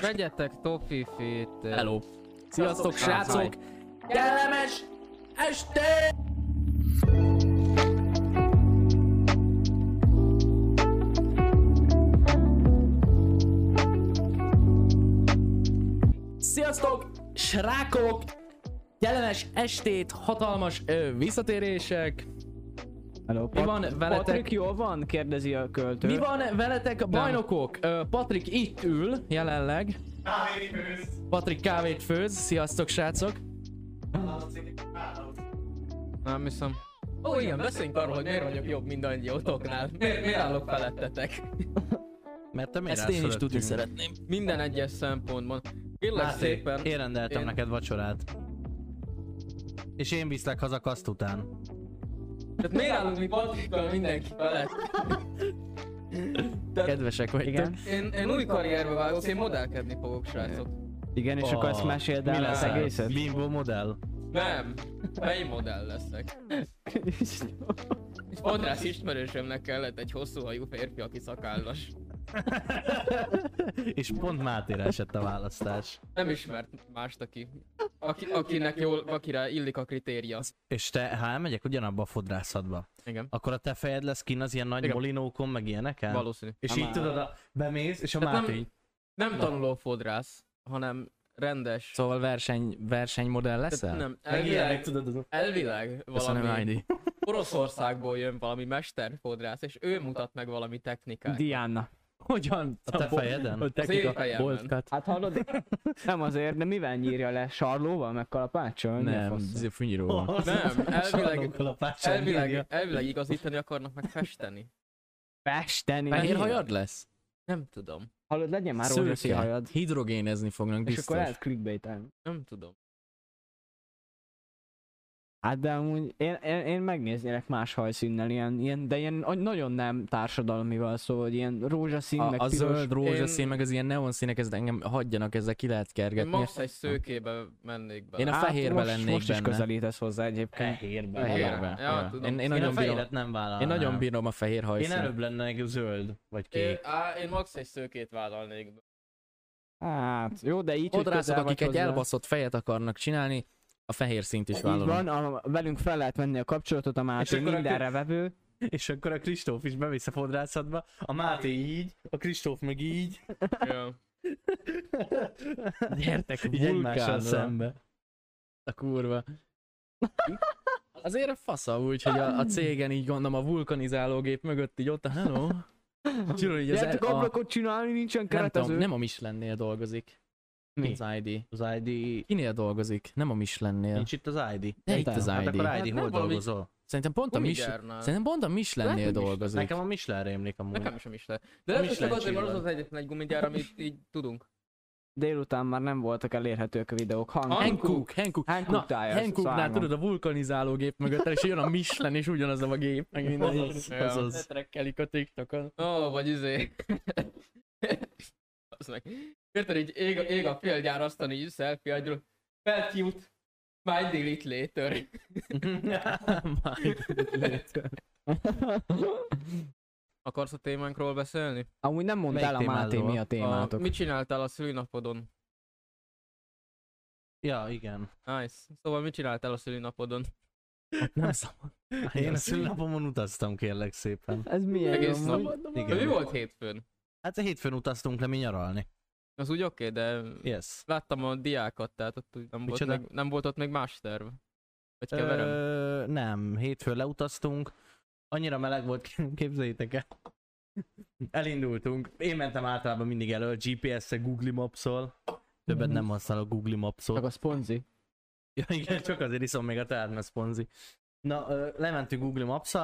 Vegyetek tofifit. Hello. Sziasztok, srácok! Kellemes estét! Sziasztok, srákok! Kellemes estét, hatalmas ö, visszatérések. Hello, Mi Pat- van Patrik veletek? jól van? Kérdezi a költő. Mi van veletek, bajnokok? Ö, Patrik itt ül jelenleg. Patrik kávét főz. Sziasztok, srácok! Nem hiszem. Ó, igen, beszéljünk arról, hogy miért vagyok jobb mindannyiótoknál. Miért, miért állok felettetek? Mert te miért Ezt én is állsz tudni fölöttünk? szeretném. Minden egyes szempontban. Kérlek Hát, szépen. Én rendeltem Én- neked vacsorát. És én viszlek haza kaszt után. Tehát miért állunk mi Patrikkal mindenki felett? Kedvesek vagytok. Igen. Én, én új karrierbe vágok, én modellkedni fogok, srácok. Igen, Ah, és akkor ezt Ó, meséld el az leszel? egészet. Ah, Bimbo modell. Nem. Mely modell leszek? Egy fodrász ismerősömnek kellett egy hosszú hajú férfi, aki szakállas. És pont Mátére esett a választás. Nem ismert mást, aki, aki akinek jól, akire illik a kritéria. És te, ha elmegyek ugyanabba a fodrászatba, Igen. akkor a te fejed lesz kin az ilyen nagy Igen. molinókon, meg ilyeneken? Valószínű. És így tudod, a, bemész, és a Tehát Hát nem- Máté így- Nem tanuló fodrász, hanem rendes. Szóval verseny, versenymodell leszel? Tehát nem, meg ilyenek elvileg, tudod, az- elvileg Köszönöm, valami Heidi. Oroszországból jön valami mesterfodrász, és ő mutat meg valami technikát. Diana. Hogyan? a te fejeden. Hogy Az én tekik a fejemben. boltkat. Hát hallod? Nem azért, de mivel nyírja le? Sarlóval, meg kalapáccsal? Mi a Nem, fasz? ez a fűnyíróval. Nem, elvileg, Sarlókkal a pácsán írja. elvileg, elvileg igazítani akarnak meg festeni. Festeni. Fehér Miért? hajad lesz? Nem tudom, Hallod, legyen már Szürke. rózsaszín hajad. Hidrogénezni fognak És akkor biztos. lehet clickbait nem tudom. Hát de amúgy én, én, én megnéznélek más hajszínnel ilyen, ilyen, de ilyen a- nagyon nem társadalmival, szóval hogy ilyen rózsaszín, meg A, a piros. zöld rózsaszín, Én- meg az ilyen neon színek, ez engem hagyjanak, ezzel ki lehet Én kergetni. max egy szőkébe mennék Én bele. a Hát fehérbe most, lennék most is benne. közelítesz hozzá egyébként. Fehérben. Fehér. Fehérbe. Ja, Ja. tudom. Én, én, Én a nagyon bírom, fehéret nem vállalnám. én nagyon bírom a fehér Én hajszínt. előbb lennék zöld, vagy Én, kék. á, én max egy szőkét vállalnék. Hát, jó, de így, hogy Fodrászok, közel vagy akik egy hozzá. elbaszott fejet akarnak csinálni, a fehér szint is Így vállalom. van, a, velünk fel lehet venni a kapcsolatot, a Máté akkor a mindenre vevő. És akkor a Kristóf is bevisz a fodrászatba, a Máté így, a Kristóf meg így, Ja. Gyertek így egymással vulkánra. szembe. A kurva. Azért a fasza úgy, hogy a, a cégen így gondolom a vulkanizálógép mögött így ott a hello. Tudod, így az, Gyertek a, ablakot csinálni, nincsen nem, keretező. tudom, nem a Michelinnél dolgozik. Mi? Az ID. Az ID... Kinél dolgozik? Nem a Michelinnél. Nincs itt az ID. De itt Hát az Hát ID. akkor ID, nem hol valami- dolgozol? Szerintem pont a Michelin. Unigernál. Szerintem pont a Michelinnél Lehet, hogy dolgozik. Nekem a Michelin rémlik amúgy. Nekem is a Michelin. De A lehet, hogy csak Michelin azért van az csillag. az egyetlen egy gumigyár, amit így tudunk. Délután már nem voltak elérhetők a videók. Hang. Hang- Hankook, Hankook. Hankook Na, Tires, Hankooknál szárnyom. tudod a vulkanizáló gép mögött, el, és jön a Michelin, és ugyanaz a gép, meg minden. Azaz, Ja. azaz. Letrekkelik a TikTokon. Ó, vagy izé. Az meg. Érted, így ég, ég a félgyár aztán így selfie agyról. Felkiút. My delete later. Akarsz a témánkról beszélni? Amúgy nem mondd Melyik el a Máté témádról? mi a témátok. mit csináltál a szülinapodon? Ja, igen. Nice. Szóval mit csináltál a szülinapodon? Nem szabad. Én a szülnapomon utaztam, kérlek szépen. Ez milyen Egész jó, nap. amúgy. Igen. Mi Igen. volt hétfőn? Hát a hétfőn utaztunk le mi nyaralni. Az úgy oké, de Yes. láttam a diákat, tehát ott úgy nem, volt Micsoda? még, nem volt ott még más terv. Vagy keverem? Ö, nem, hétfőn leutaztunk. Annyira meleg volt, képzeljétek el. Elindultunk. Én mentem általában mindig elő GPS-szel, Google Maps-szal. Többet nem használok Google Csak Maps-ot. a szponzi. Ja, igen, csak azért iszom még a teát, mert szponzi. Na, ö, lementünk Google maps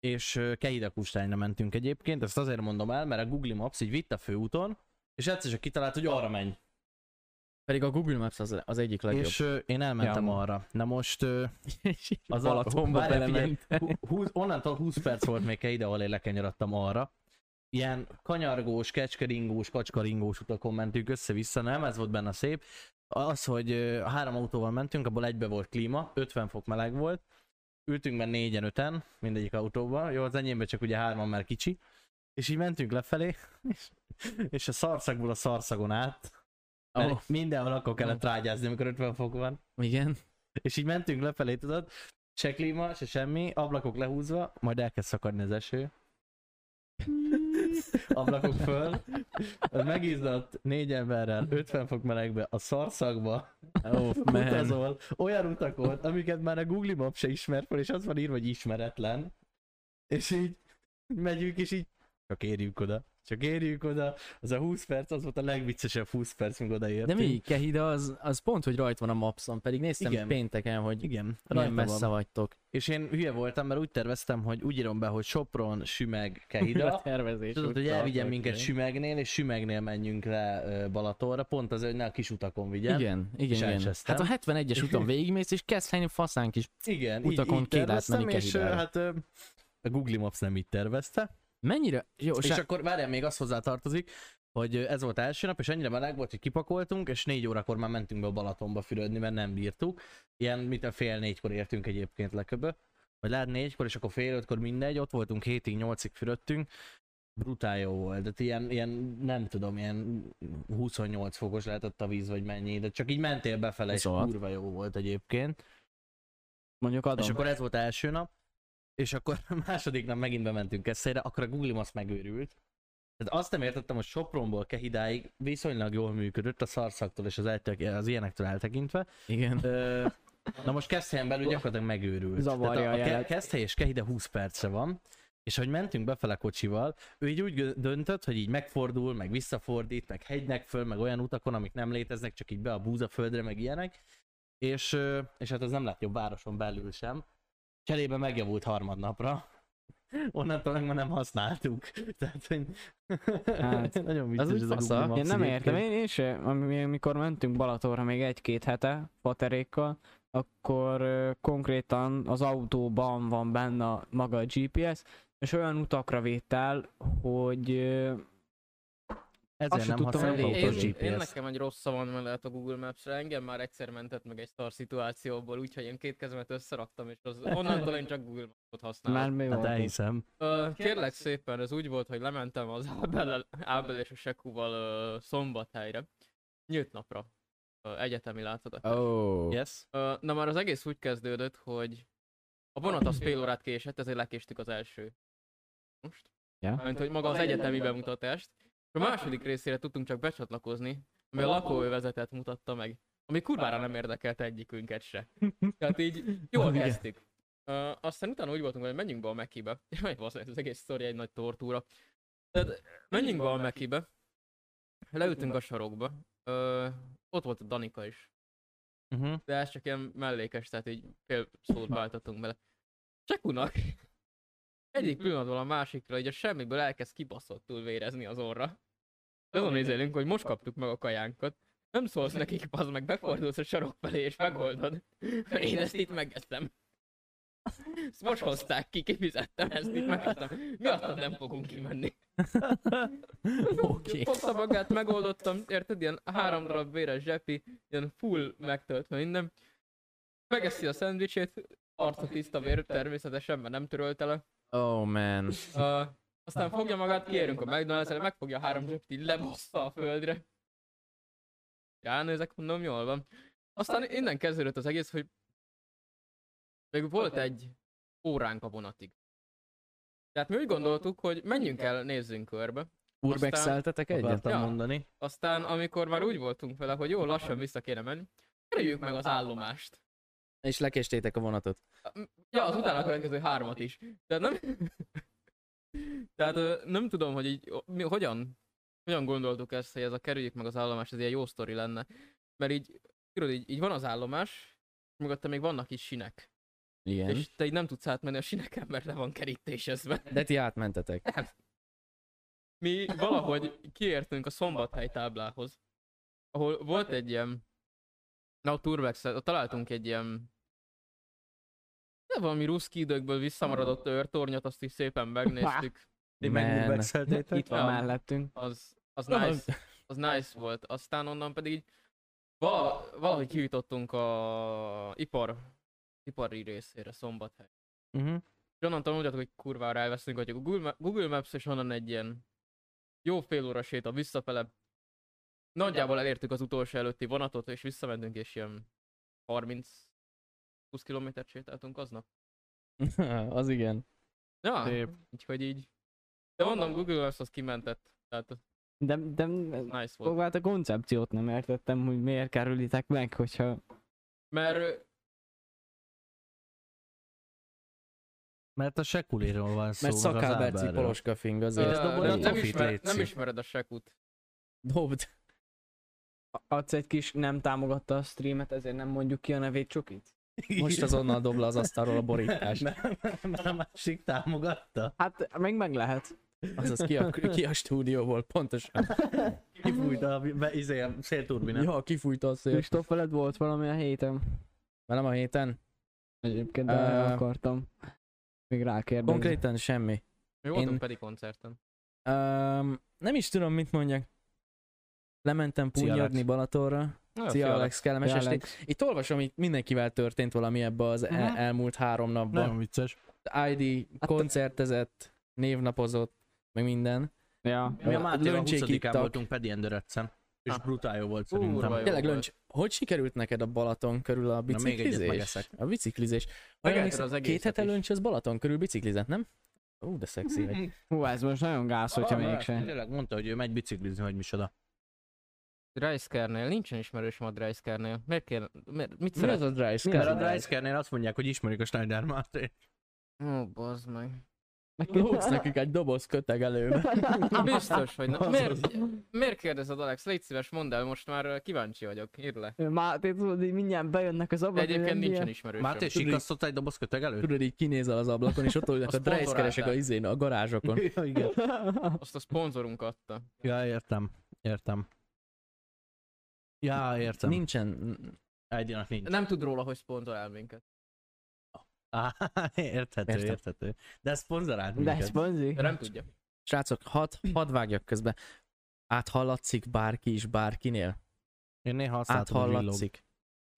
és ö, Kehidakustányra mentünk egyébként, ezt azért mondom el, mert a Google Maps így vitt a főúton, és egyszer csak kitalált, hogy arra menj. Pedig a Google Maps az, az egyik legjobb. És ö, én elmentem Ja. arra. Na most ö, És az Balatonba várjál, figyelj, belement. hú- húsz- onnantól 20 perc volt még ide, ahol én lekenyarodtam arra. Ilyen kanyargós, kecskeringós, kacskaringós utakon mentünk össze-vissza, nem? Ez volt benne szép. Az, hogy ö, három autóval mentünk, abból egybe volt klíma, 50 fok meleg volt. Ültünk benne négyen, öten, mindegyik autóban. Jó, az enyémben csak ugye hárman már kicsi. És így mentünk lefelé, és, és a szarszagból a szarszagon át. Mert Ó. mindenhol akkor kellett trágyázni, amikor 50 fok van. Igen. És így mentünk lefelé, tudod, se klíma, se semmi, ablakok lehúzva, majd elkezd szakadni az eső. Ablakok föl, megizzat négy emberrel, 50 fok melegbe, a szarszakba, Oh, man. utazol olyan utakon, amiket már a Google Map se ismer fel, és az van írva, hogy ismeretlen. És így megyünk, és így csak érjünk oda. Csak érjünk oda. Az a 20 perc, az volt a legviccesebb 20 perc, míg De odaértünk. mi, Kehida, az, az pont, hogy rajt van a mapson, pedig néztem Igen. Igen. pénteken, hogy Igen, milyen rajta van. messze vagytok. És én hülye voltam, mert úgy terveztem, hogy úgy írom be, hogy Sopron, Sümeg, A Kehida. tervezés. Tudod, hogy elvigyen minket Sümegnél, és Sümegnél menjünk le ö, Balatonra, pont azért, hogy ne a kis utakon vigyen. Igen, igen, És igen. igen. elcsesztem. Hát a 71-es úton végigmész, és kezd helyni faszán kis... Igen, Utakon így, így ki lehet terveztem, menni és ö, Kehidára. hát ö, a Google Maps nem így tervezte. Mennyire? Jó, És se... akkor várjál, még az hozzá tartozik, hogy ö, ez volt első nap, és annyira meleg volt, hogy kipakoltunk, és négy órakor már mentünk be a Balatonba fürödni, mert nem bírtuk. Ilyen, mint a fél négykor értünk egyébként leköbbe. Vagy lehet négykor, és akkor fél ötkor mindegy, ott voltunk hétig, nyolcig fürödtünk. Brutál jó volt, tehát ilyen, ilyen, nem tudom, ilyen 28 fokos lehetett a víz, vagy mennyi, de csak így mentél befele, és 26. kurva jó volt egyébként. Mondjuk adom. És akkor ez volt első nap, és akkor második nap megint bementünk Keszélyre, akkor a Google Maps megőrült. Tehát azt nem értettem, hogy Sopronból Kehidáig viszonylag jól működött a szarszaktól és az, eltek, az ilyenektől eltekintve. Igen. Ö, na most Keszthelyen belül gyakorlatilag megőrült. Zavarja Tehát a a, a, a jelet. Keszthely és Kehide 20 perce van, és hogy mentünk befele kocsival, ő így úgy gö- döntött, hogy így megfordul, meg visszafordít, meg hegynek föl, meg olyan utakon, amik nem léteznek, csak így be a búzaföldre, meg ilyenek. És, ö, és hát ez nem lett jobb városon belül sem. Cserébe megjavult harmadnapra. Onnantól meg már nem használtuk. Tehát, hogy... Hát, nagyon vicces úgy ez a fasza. Google Maps Én nem egyébként. értem, én, én se, ami- amikor mentünk Balatonra még egy-két hete faterékkal, akkor ö, konkrétan az autóban van benne a- maga a GPS, és olyan utakra vitt el, hogy ö, Ezért se nem tudtam használom elég- autós Én, GPS-t. én nekem egy rossz szavam mellett a Google Maps-re, engem már egyszer mentett meg egy szar szituációból, úgyhogy én két kezemet összeraktam, és az, onnantól én csak Google Maps-ot már használom. mi Hát volt? elhiszem. Ö, kérlek szépen, ez úgy volt, hogy lementem az Ábel, Ábel és a Sekúval ö, szombathelyre, nyílt napra, ö, egyetemi látogatás. Oh. Yes. Ö, na már az egész úgy kezdődött, hogy a vonat az fél órát késett, ezért lekéstük az első. Most. Ja. Mint hogy maga az egyetemi bemutatást. És a második részére tudtunk csak becsatlakozni, ami a lakóövezetet mutatta meg. Ami kurvára nem érdekelt egyikünket se. Tehát így jól kezdtük. Ö, aztán utána úgy voltunk, hogy menjünk be a Mekibe. Jaj, bassz, ez az egész sztori egy nagy tortúra. Tehát menjünk be a Mekibe. Leültünk a sarokba. Ö, ott volt a Danika is Uh-huh. de ez csak ilyen mellékes, tehát így fél szót váltatunk bele. Csekunak! Egyik pillanatban a másikra, így a semmiből elkezd kibaszottul vérezni az orra. De Azon nézelünk, hogy most kaptuk meg a kajánkat. Nem szólsz nekik, az meg befordulsz a sarok felé és megoldod. Én ezt itt megeszem. Ezt most hozták ki, kifizettem ezt itt, megettem. Miattam nem fogunk kimenni. Oké. Fogta magát, megoldottam, érted? Ilyen három darab véres zsepi, ilyen full megtöltve minden. Megeszi a szendvicsét, arca tiszta vér, természetesen, mert nem törölte le. Oh, man. Uh, aztán fogja magát, kiérünk a McDonald's-re, megfogja a három zsebit, így lebassza a földre. Ránézek, mondom, jól van. Aztán innen kezdődött az egész, hogy még volt egy óránk a vonatig. Tehát mi úgy gondoltuk, hogy menjünk el, nézzünk körbe. Aztán- Urbexeltetek egyet? Akartam Ja. mondani. Aztán, amikor már úgy voltunk vele, hogy jó, lassan vissza kéne menni, kerüljük meg az állomást. És lekéstétek a vonatot. Ja, az utána következő hármat is. Tehát nem... Tehát ö, nem tudom, hogy így, o, mi, hogyan, hogyan gondoltuk ezt, hogy ez a kerüljük meg az állomást, ez ilyen jó sztori lenne. Mert így, tudod, így, így van az állomás, és mögötte még vannak is sinek. Igen. És te így nem tudsz átmenni a sineken, mert le van kerítésezve. De ti átmentetek. Mi valahogy kiértünk a szombathely táblához, ahol volt egy ilyen, na a turvex találtunk egy ilyen, de valami ruszki időkből visszamaradott őrtornyot, azt is szépen megnéztük. Ti Man. megurbexeltétek? Itt van Ja. mellettünk. Az, az nice, az nice volt. Aztán onnan pedig így vala, valahogy kijutottunk a ipar, ipari részére, szombathely. Mhm. És onnantól mondjátok, hogy kurvára elveszünk, hogy a Google, Ma- Google Maps és onnan egy ilyen jó fél óra séta visszafele. Nagyjából elértük az utolsó előtti vonatot, és visszamentünk, és ilyen 30 20 kilométert sétáltunk aznap. az igen. Ja, Szép. úgyhogy így. De mondom, Google Earth az kimentett. Tehát az De, de nice volt. próbált a koncepciót nem értettem, hogy miért kerülitek meg, hogyha... Mert ö, Mert a sekuliról van szó. Mert meg az szakáberci Áberről. poloska fing azért. Miért ö, dobod nem, a nem, tofit, ismer, Léci? nem ismered a sekut. Dobd. Adsz egy kis nem támogatta a streamet, ezért nem mondjuk ki a nevét Csukit? Most azonnal dob le az asztalról a borítást. Nem, mert a másik támogatta. Hát, még meg lehet. Azaz ki a, ki a stúdióból, pontosan. Kifújta a, be, izé, a szélturbinát. Ja, kifújta a szél. Kristóf, veled volt valami a héten? Már nem a héten? Egyébként, de erre Ö, akartam. Még rákérdezni. Konkrétan semmi. Mi voltunk Én- pedig koncerten. Um, nem is tudom, mit mondjak. Lementem Szia, Alex. púnyadni Balatorra. Nagyon Szia fiatal. Alex, kellemes Ja, estét. Alex. Itt olvasom, itt mindenkivel történt valami ebbe az el- Mhm. elmúlt három napban. vicces. ID koncertezett, névnapozott, meg minden. Ja. Mi a Mátéval a Löncsék 20-án ittak. voltunk Pedi Endőrecen. És Ah. brutál jó volt Kurva szerintem. jó. Tényleg, volt. Löncs, hogy sikerült neked a Balaton körül a még egyet biciklizés? megeszek. a biciklizés. Ha Megetted emlékszem, az két egészet hete is. Löncs az Balaton körül biciklizett, nem? Ú, de szexi vagy. Hú, ez most nagyon gáz, hogyha Ah, mégsem. Tényleg mondta, hogy ő megy biciklizni, hogy micsoda. Dreiskernél, nincsen ismerősöm a Dreiskernél. Miért kéne, miért, mit Mi szeret? az a dry Mert a scan? Dreiskernél azt mondják, hogy ismerik a Schneider Mátét. Ó, oh, bazd meg. Lógsz nekik egy doboz köteg elő. Biztos, hogy nem. Miért, miért kérdezed, Alex? Légy szíves, mondd el, most már ö, kíváncsi vagyok. Írd le. Máté, tudod, hogy mindjárt bejönnek az ablakon. Egyébként nincsen nincsen. ismerősöm. Máté Tudni- sikasztott egy doboz köteg előtt? Tudod, így kinézel az ablakon, és ott ülnek A a drejszkeresek a szponzorálták. izén, a garázsokon. Ja, igen. Azt a szponzorunk adta. Ja, értem. Értem. Ja, értem. Nincs. Nincsen... Egyének nincs. Nem tud róla, hogy szponzorál minket. Á, érthető, Értem. érthető. De szponzorált De minket. ez bonzi. De nem tudja. Srácok, hadd had vágjak közbe. Áthallatszik bárki is bárkinél? Én néha azt látom, hogy villog. Áthallatszik.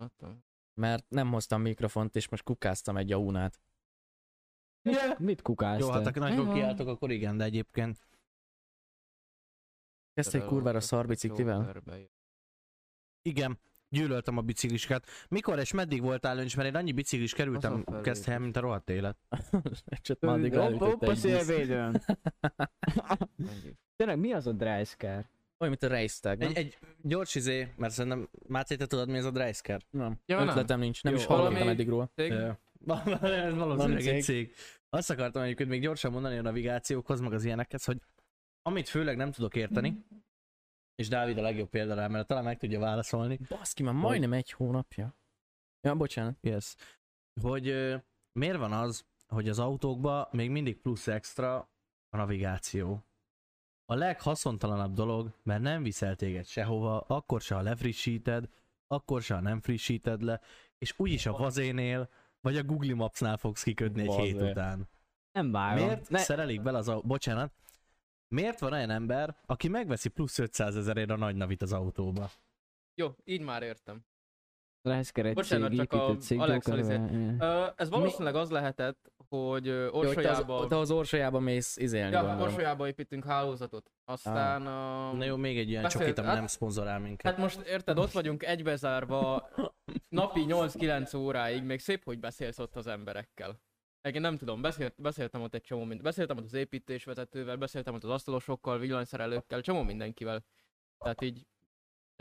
Adtam. Mert nem hoztam mikrofont, és most kukáztam egy aunát. Mit- Mit kukálsz Jó, te? hát ha nagyon Mhm. kiálltok, akkor igen, de egyébként Kezdte egy kurvára szarbiciklivel? igen, gyűlöltem a bicikliskát. Mikor és meddig voltál öncs, mert én annyi biciklis kerültem Hazafelé. kezd helyen, mint a rohadt élet. Csak Ö, addig hopp- elütötte hopp, a egy busz. szélvédőn. Tényleg mi az a drysker? Olyan, mint a rejszteg, nem? Egy, egy gyors izé, mert szerintem Mácé, te tudod mi ez a Dreisker? Nem. Ja, nem. Ötletem nincs, nem Jó, is hallottam valami- eddig róla. Ö, Ez valószínűleg Van egy cég. Azt akartam egyébként még gyorsan mondani a navigációkhoz, meg az ilyenekhez, hogy amit főleg nem tudok érteni, és Dávid a legjobb példa rá, mert talán meg tudja válaszolni, Baszki, már majdnem egy hónapja. Ja, bocsánat. Yes. Hogy ö, miért van az, hogy az autókban még mindig plusz extra a navigáció? A leghaszontalanabb dolog, mert nem viszel téged sehova, akkor se, ha lefrissíted, akkor se, ha nem frissíted le, és úgyis a vazénél, vagy a Google Maps-nál fogsz kikötni egy hét Vazé. után. Nem vágom. Miért ne. szerelik bele az autó? Bocsánat. Miért van olyan ember, aki megveszi plusz 500 ezerért a nagy navit az autóba? Jó, így már értem. Drysker egy Bocsánat, cég, csak a épített cég, Alexa jókat- izé- igen. Ö, ez valószínűleg az lehetett, hogy ö, Jó, hogy te az- Orsolyába, Te az orsolyába mész izélni, ja, gondolom. Orsolyába építünk hálózatot. Aztán a... Na jó, még egy ilyen Beszélt- csokit, ami hát- nem szponzorál minket. Hát most érted, ott vagyunk egybezárva napi 8-9 óráig, még szép, hogy beszélsz ott az emberekkel. Meg én nem tudom, beszélt, beszéltem ott egy csomó mindent. Beszéltem ott az építésvezetővel, beszéltem ott az asztalosokkal, villanyszerelőkkel, csomó mindenkivel. Tehát így,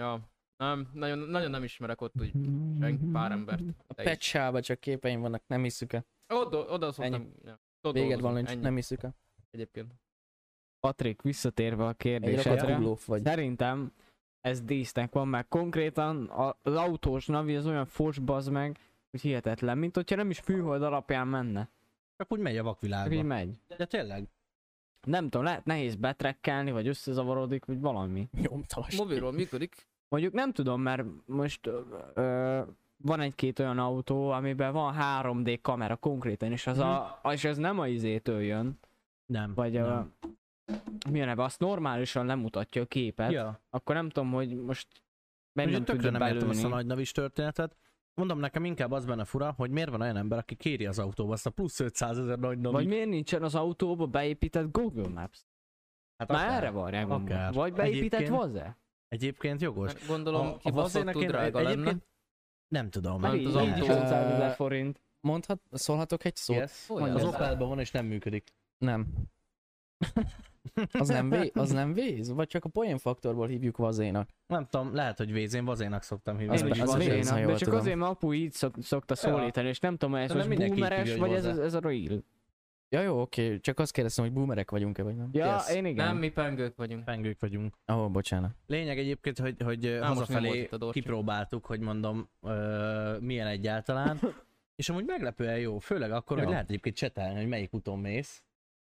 ja, nem, nagyon, nagyon nem ismerek ott úgy senk, pár embert. A Te is. pecsába csak képeim vannak, nem hiszük el. Oda, oda szoktam. Ennyi. ja, ott Véged van, dolgozom, Löncs, ennyi nem hiszük el. Egyébként. Patrik, visszatérve a Egy rakat kérdésedre. hullóf vagy. Szerintem ez dísznek van, mert konkrétan a- az autós navi az olyan fos bazd meg, hogy hihetetlen, mint hogyha nem is fűhold alapján menne. Csak úgy megy a Csak így vakvilágba. megy. De tényleg. Nem tudom, lehet nehéz betrekkelni, vagy összezavarodik, vagy valami. Nyomtas. Mobilról működik. Mondjuk nem tudom, mert most ö, ö, van egy-két olyan autó, amiben van 3D kamera konkrétan, és az, a, és az nem a izétől jön, Nem. vagy Mhm. nem. a, milyen ebben, azt normálisan lemutatja a képet, ja. Ja, akkor nem tudom, hogy most meg ugye hát nem tökre tudja nem értem belőni. ezt a nagy navis történetet. Mondom, nekem inkább az benne fura, hogy miért van olyan ember, aki kéri az autóba azt a plusz 500 ezer nagy navit. Vagy miért nincsen az autóba beépített Google Maps? hát Már akár. erre varják Akár. Vagy beépített Egyébként- Hát hozzá? Egyébként jogos. Hát gondolom, a- a a, vazének kibaszottul én- drága egyébként- lenne. Nem tudom. Már Mert így- az így autó- is Hát Is 500 500 ezer ezer forint. Mondhat, szólhatok egy szót? Yes. Olyan Az lesz. Opelben van és nem működik. Nem. Az nem, vé, az nem véz? Vagy csak a poén faktorból hívjuk vazénak? Nem tudom, lehet, hogy vézén vazénak szoktam hívni. Az Én be- is az az véz, ha de jól csak tudom. azért, mert apu így szok, szokta szólítani, és nem tudom, hogy ez De nem most mindenki így boomeres, hívja, vagy hogy ez, ez, hozzá. ez a real. Ja jó, oké, csak azt kérdeztem, hogy boomerek vagyunk-e, vagy nem? Ja, Yes. én igen. Nem, mi pengők vagyunk. Pengők vagyunk. Ó, oh, bocsánat. Lényeg egyébként, hogy, hogy Na, nem volt hazafelé itt a Dolce. kipróbáltuk, hogy mondom, ö, milyen egyáltalán. És amúgy meglepően jó, főleg akkor, Ja. hogy lehet egyébként csetelni, hogy melyik úton mész.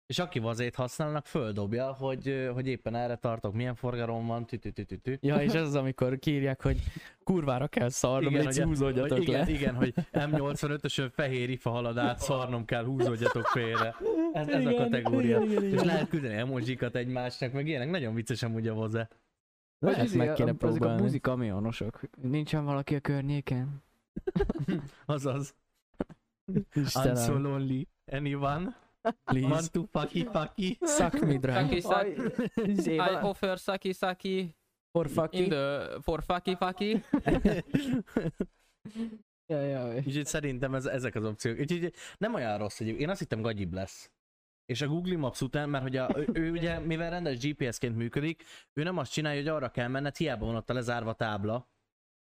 És aki vazét használnak, földobja, hogy, ö, hogy éppen erre tartok, milyen forgalom van, tü tü tü tü, tü. Ja, és ez az, amikor kírják, hogy kurvára kell szarnom, igen, légy hogy- húzódjatok hogy, igen, le. igen, hogy M85-ösön fehér ifa halad át, szarnom kell, húzódjatok félre. Ez, ez a Igen, kategória. igen, igen, És igen. lehet küldeni emojikat egymásnak, meg ilyenek, nagyon vicces amúgy a vaze. Vagy Lehet, izé, meg kéne a- ezek a próbálni. buzi kamionosok. Nincsen valaki a környéken? Azaz, I'm so Istenem, lonely. Anyone? please. Want to fucky fucky? Suck me dry. Saki, saki, Izé, I val- offer saki, saki, Or fuck in you. the, for fucky, fucky. Ja, ja, Úgyhogy szerintem ez, ezek az opciók. Úgyhogy nem olyan rossz egyébként. Én azt hittem gagyibb lesz. És a Google Maps után, mert hogy a, ő, ő ugye, mivel rendes GPS-ként működik, ő nem azt csinálja, hogy arra kell menned, hiába van ott a lezárva tábla.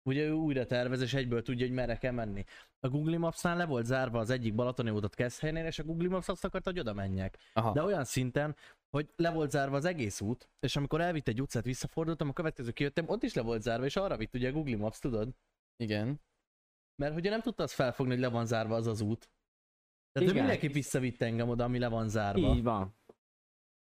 Ugye ő újra tervez, és egyből tudja, hogy merre kell menni. A Google Maps-nál le volt zárva az egyik balatoni utat Keszthelynél, és a Google Maps azt akarta, hogy oda menjek. Aha. De olyan szinten, hogy le volt zárva az egész út, és amikor elvitt egy utcát, visszafordultam, a következő kijöttem, ott is le volt zárva, és arra vitt ugye a Google Maps, tudod? Igen. Mert ugye nem tudta azt felfogni, hogy le van zárva az az út. Tehát ő Igen. mindenképp visszavitt engem oda, ami le van zárva. Így van.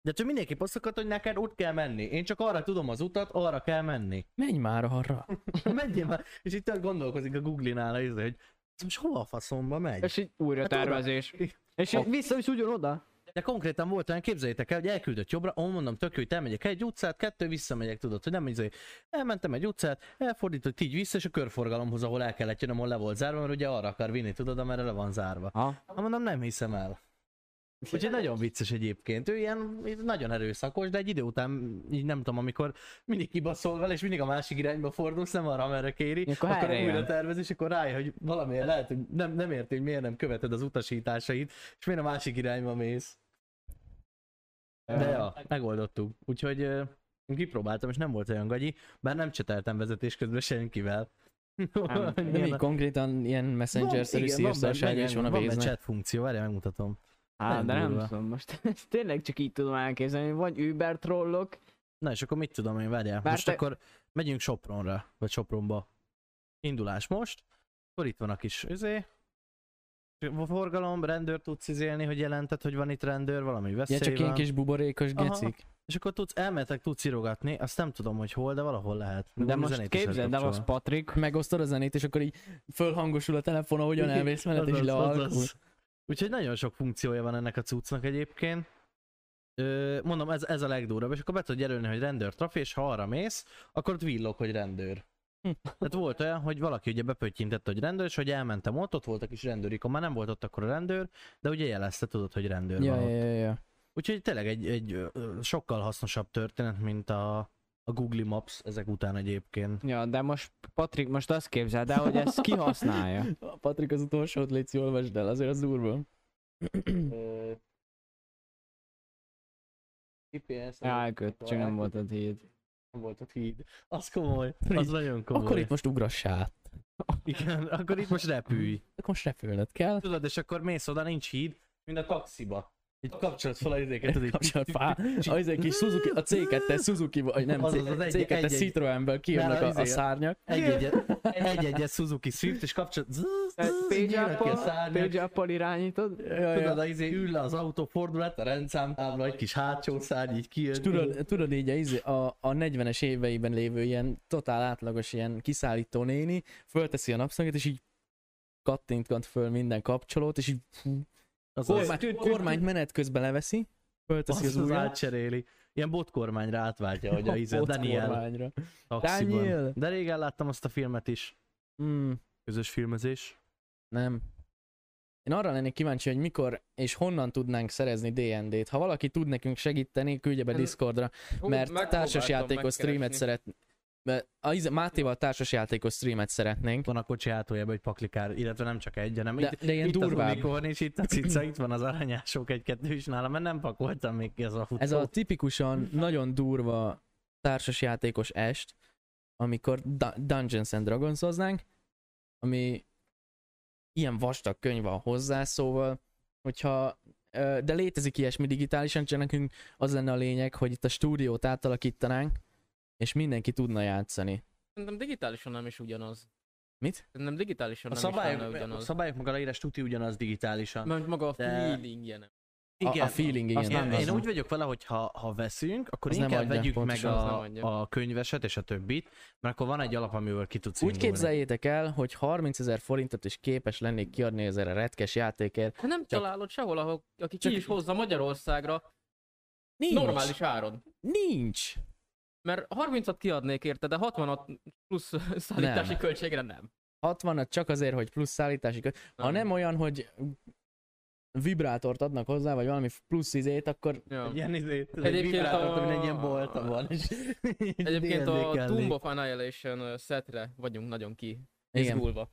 De hát ő mindenképp azt akart, hogy neked ott kell menni. Én csak arra tudom az utat, arra kell menni. Menj már arra. Menjél már. És itt ott gondolkozik a Google-nál, az, hogy ez most hova a faszomba megy? És így újra Hát oda- tervezés. És így vissza is ugyanoda. De konkrétan volt olyan, képzeljétek el, hogy elküldött jobbra, ahol mondom, tök jó, hogy elmegyek egy utcát, kettő visszamegyek, tudod, hogy nem így, hogy elmentem egy utcát, elfordított így vissza, és a körforgalomhoz, ahol el kellett jönnöm, ahol le volt zárva, mert ugye arra akar vinni, tudod, amerre le van zárva. Ha? Hát mondom, nem hiszem el. Úgyhogy nagyon vicces egyébként. Ő ilyen így nagyon erőszakos, de egy idő után, így nem tudom, amikor mindig kibaszol vele, és mindig a másik irányba fordulsz, nem arra, amerre kéri, Akkor akkor erre újra jön. tervez, és akkor rájön, hogy valamiért lehet, hogy nem, nem érti, hogy miért nem követed az utasításait, és miért a másik irányba mész. De ja, megoldottuk. Úgyhogy ö, én kipróbáltam, és nem volt olyan gagyi, bár nem cseteltem vezetés közben senkivel. Nem. De még konkrétan ilyen messenger-szerű szírszarsága is van a van benne véznek. chat funkció, várjál, megmutatom. Á, Nem de nem durva. tudom, most ezt tényleg csak így tudom elképzelni, vagy Uber trollok, Na és akkor mit tudom én, várjál, Bár most te- akkor megyünk Sopronra, vagy Sopronba. Indulás most, akkor itt van a kis üzé. A forgalom, rendőr tudsz izélni, hogy jelented, hogy van itt rendőr, valami veszély Ja, csak van. ilyen kis buborékos Aha. gecik. És akkor tudsz, elmetek, tudsz írogatni, azt nem tudom, hogy hol, de valahol lehet. de valami most zenét is képzeld el az elkapcsol. Patrik, Megosztod a zenét, és akkor így fölhangosul a telefon, ahogyan elmész menet, és Azaz, lealkul. azaz. Úgyhogy nagyon sok funkciója van ennek a cuccnak egyébként. Ö, mondom, ez, ez a legdurvább, és akkor be tudod jelölni, hogy rendőr trafi, és ha arra mész, akkor ott villog, hogy rendőr. Hm. Tehát volt olyan, hogy valaki ugye bepöttyintette, hogy rendőr, és hogy elmentem ott, ott volt a kis rendőrik, már nem volt ott akkor a rendőr, de ugye jelezte, tudod, hogy rendőr Ja, van ja, ott. ja, ja. Úgyhogy tényleg egy, egy ö, ö, sokkal hasznosabb történet, mint a, a Google Maps ezek után egyébként. ja, de most Patrik most azt képzeld el, hogy ezt kihasználja. A Patrik az utolsót légy szíves, olvasd el, azért az durva. Hm. GPS, Elkött, csak nem volt a híd. nem volt ott híd. Az komoly, az nagyon komoly. Akkor itt most ugrass át. Igen, akkor itt most repülj. Akkor most repülnöd kell. Tudod, és akkor mész oda, nincs híd, mint a taxiba. Így kapcsolod fel a izéket, tudod, így Kapcsolat fá. Az egy kis Suzuki, a C2, Suzuki, vagy nem, Azaz, az egy- C2, egy-egy. Citroenből kijönnek Nála a, izé a a- szárnyak. egy-egy, egy-egy Suzuki Swift, és kapcsolod, zzz, zzz, így jönnek ki a Page-appal szárnyak. page irányítod? Tudod, a izé ül le az autó, fordul át a rendszámtábla, egy kis hátsó szárny így kijön. Tudod, tudod így a, izé- a, a 40-es éveiben lévő ilyen totál átlagos ilyen kiszállító néni, fölteszi a napszöget, és így kattintkant föl minden kapcsolót, és így fú, az, az, kormány, kormányt menet közben leveszi, fölteszi az, az, az az újat, átcseréli. Ilyen botkormányra átváltja, hogy a izé a ott Daniel kormányra. taxiban. Daniel! De régen láttam azt a filmet is. Mm, Közös filmezés. nem. Én arra lennék kíváncsi, hogy mikor és honnan tudnánk szerezni D&D-t. Ha Hát, valaki tud nekünk segíteni, küldje be Ez- Discordra, mert társasjátékos streamet szeret, mert a Ize- Mátéval társas játékos streamet szeretnénk. Van a kocsi hátuljában egy paklikár, illetve nem csak egy, hanem De, itt, de ilyen itt az durvább. unicorn, és itt a cica, itt van az aranyások egy-kettő is nálam, mert nem pakoltam még ki ez a futó. Ez a tipikusan nagyon durva társas játékos est, amikor du- Dungeons and Dragons hoznánk, ami ilyen vastag könyv van hozzá, szóval hogyha ö, de létezik ilyesmi digitálisan, csak nekünk az lenne a lényeg, hogy itt a stúdiót átalakítanánk, és mindenki tudna játszani. Szerintem digitálisan nem is ugyanaz. Mit? Szerintem digitálisan a nem is szabályok, lenne a ugyanaz. szabályok meg a leírás tuti ugyanaz digitálisan. Mert maga a De- feelingje nem. A, a feeling, igen. Azt Én, nem én veszem. úgy vagyok vele, hogy ha, ha veszünk, akkor Az nem inkább adja, vegyük pontosan, meg az nem adja. a, a könyveset és a többit, mert akkor van egy alap, amivel ki tudsz Úgy indulni. képzeljétek el, hogy 30 ezer forintot is képes lennék kiadni ezzel a retkes játékért. De Hát nem találod sehol, ahol, aki ki is hozza Magyarországra Nincs. normális áron. Nincs. Mert 30-at kiadnék érte, de 60-at plusz szállítási Nem. költségre nem. 60 csak azért, hogy plusz szállítási kö... Ha nem olyan, hogy vibrátort adnak hozzá, vagy valami plusz izét, akkor Ja. Egy Ilyen izét, egy Egyébként vibrátort, a- amin egy ilyen bolta van. És Egyébként a D&D-kelni. Tomb of Annihilation ö, szetre vagyunk nagyon ki igen. izgulva.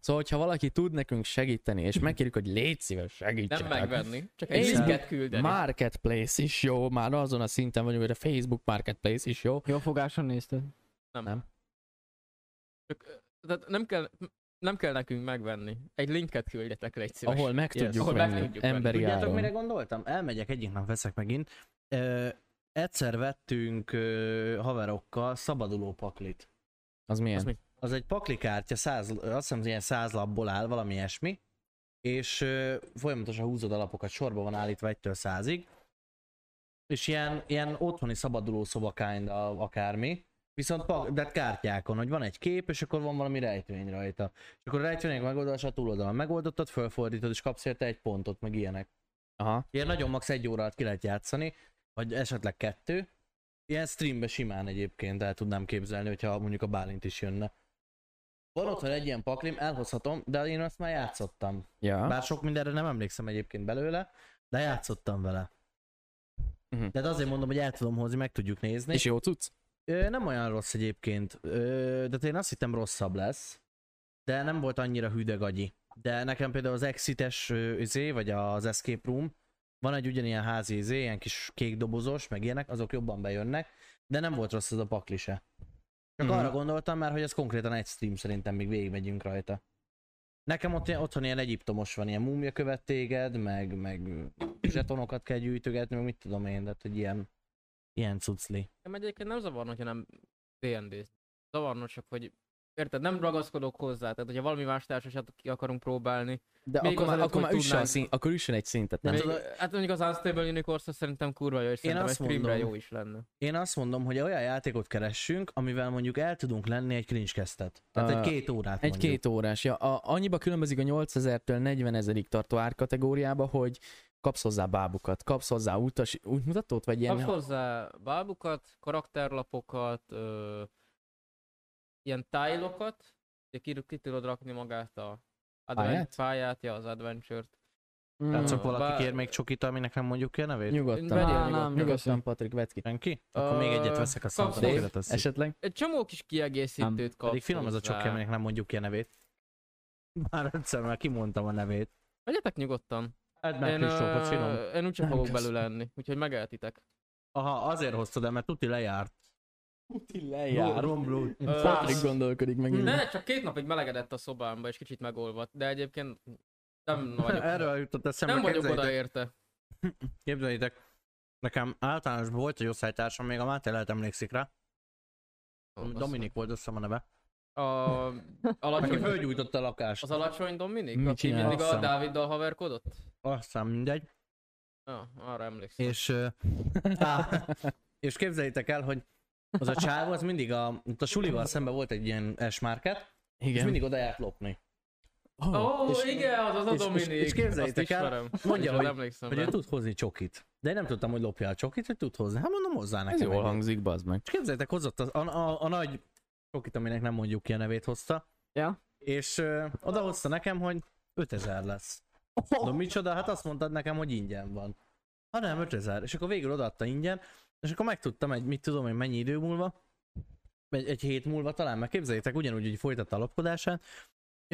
Szóval, hogyha valaki tud nekünk segíteni, és megkérjük, hogy légy szíves, Nem segítsetek. megvenni, csak egy Én- linket küldeni. Marketplace is jó, már azon a szinten vagyunk, hogy a Facebook Marketplace is jó. Jó fogáson nézted. Csak, ö, tehát nem kell, nem kell nekünk megvenni. Egy linket küldjetek le egy szíves. ahol meg Yes. tudjuk Ahol meg venni, tudjuk venni. emberi Tudjátok, mire áron. gondoltam? Elmegyek, egyik nap veszek megint. Ö, egyszer vettünk ö, haverokkal szabaduló paklit. Az milyen? Az mi? Az egy paklikártya, száz, azt hiszem, ilyen száz lapból áll, valami ilyesmi. És ö, folyamatosan húzod a lapokat, sorba van állítva egytől százig. És ilyen, ilyen otthoni szabaduló szoba kind a- akármi. Viszont pak, de hát kártyákon, hogy van egy kép, és akkor van valami rejtvény rajta. És akkor a rejtvények megoldása a túloldalon megoldottad, fölfordítod, és kapsz érte egy pontot, meg ilyenek. Aha. Ilyen nagyon max. egy óra alatt ki lehet játszani, vagy esetleg kettő. Ilyen streambe simán egyébként el tudnám képzelni, hogyha mondjuk a Bálint is jönne. Van otthon egy ilyen paklim, elhozhatom, de én azt már játszottam. Ja. Bár sok mindenre nem emlékszem egyébként belőle, de játszottam vele. Mhm. De azért mondom, hogy el tudom hozni, meg tudjuk nézni. És jó cucc? Ö, nem olyan rossz egyébként, Ö, de én azt hittem rosszabb lesz. De nem volt annyira hűdegagyi. De nekem például az Exites ö, izé, vagy az Escape Room, van egy ugyanilyen házi izé, ilyen kis kék dobozos, meg ilyenek, azok jobban bejönnek, de nem volt rossz az a pakli se. Csak Mhm. arra gondoltam már, hogy ez konkrétan egy stream szerintem még végigmegyünk rajta. Nekem ott, otthon ilyen egyiptomos van, ilyen múmia követ téged, meg, meg zsetonokat kell gyűjtögetni, meg mit tudom én, de hát, hogy ilyen, ilyen cucli. Nekem egyébként nem zavarna, hogyha nem D&D. Zavarna csak, hogy érted, nem ragaszkodok hozzá. Tehát, hogyha valami más társasát ki akarunk próbálni, De Még akkor, már, azelőtt, akkor, hogy már üssön a tudnánk. szín, akkor üssön egy szintet, nem? Még, tudod, hát mondjuk az Unstable Unicorns az szerintem kurva jó, és szerintem egy azt streamre mondom. jó is lenne. Én azt mondom, hogy olyan játékot keressünk, amivel mondjuk el tudunk lenni egy cringe-kestet. Tehát Ö, egy két órát Egy mondjuk. két órás, ja. A, annyiba különbözik a 8000-től 40 ezerig tartó árkategóriába, hogy kapsz hozzá bábukat, kapsz hozzá utas, útmutatót, vagy ilyen... Kapsz hozzá bábukat, karakterlapokat, ö, ilyen tájlokat, ugye ki, ki tudod rakni magát a advent Pályát? pályát, ja, az adventure-t. Tehát Mm. csak valaki Bár- kér még csokit, aminek nem mondjuk ki a nevét? Nyugodtan. Vegyél Á, nyugodtan. nem, köszönöm. Nyugodtan, Patrik, vedd ki. Senki? Akkor még Ö, egyet veszek a kapsz számot, még- amire tesszük. Esetleg? Egy csomó kis kiegészítőt kapsz Pedig finom az a csoki, hozzá. aminek nem mondjuk ki a nevét. Már egyszer már kimondtam a nevét. Vegyetek nyugodtan. Edd meg én, Kristófot, ö, finom. én úgyse Nem, fogok köszönöm. belőle enni, úgyhogy megehetitek. Aha, azért hoztad el, mert tuti lejárt. Tuti Rombló. Ö, Patrik gondolkodik meg Hmm. Ne, csak két napig melegedett a szobámba, és kicsit megolvadt, de egyébként nem vagyok, Erről jutott eszembe, nem vagyok képzeljétek- oda érte. Képzeljétek, nekem általános volt egy osztálytársam, még a Máté lehet emlékszik rá. Dominik volt, azt hiszem a neve. A Aki alacsony, fölgyújtotta a lakást. az alacsony Dominik, Mit aki csinál? mindig a Asszem. Dáviddal haverkodott? Azt hiszem mindegy. Ah, arra emlékszem. És, ö, á, és képzeljétek el, hogy az a csávó, az mindig a, ott a sulival szemben volt egy ilyen esmárket, és Igen. mindig oda járt lopni. Ó, Oh, oh, és- igen, az az a és- és- Dominik. és Azt képzeljétek el, ismerem. mondja, És hogy- emlékszem Hogy rá. ő tud hozni csokit. De én nem tudtam, hogy lopja a csokit, hogy tud hozni. Hát mondom hozzá nekem. ez jól egyet. hangzik, bazd meg. És képzeljétek, hozott az, a, a, a nagy csokit, aminek nem mondjuk ki a nevét hozta. Ja. És ö, oda hozta nekem, hogy 5000 lesz. Mondom, micsoda? Hát azt mondtad nekem, hogy ingyen van. Ha nem, 5000. És akkor végül odaadta ingyen, és akkor megtudtam egy, mit tudom én, mennyi idő múlva, egy, egy hét múlva talán, mert képzeljétek, ugyanúgy így folytatta a lopkodását,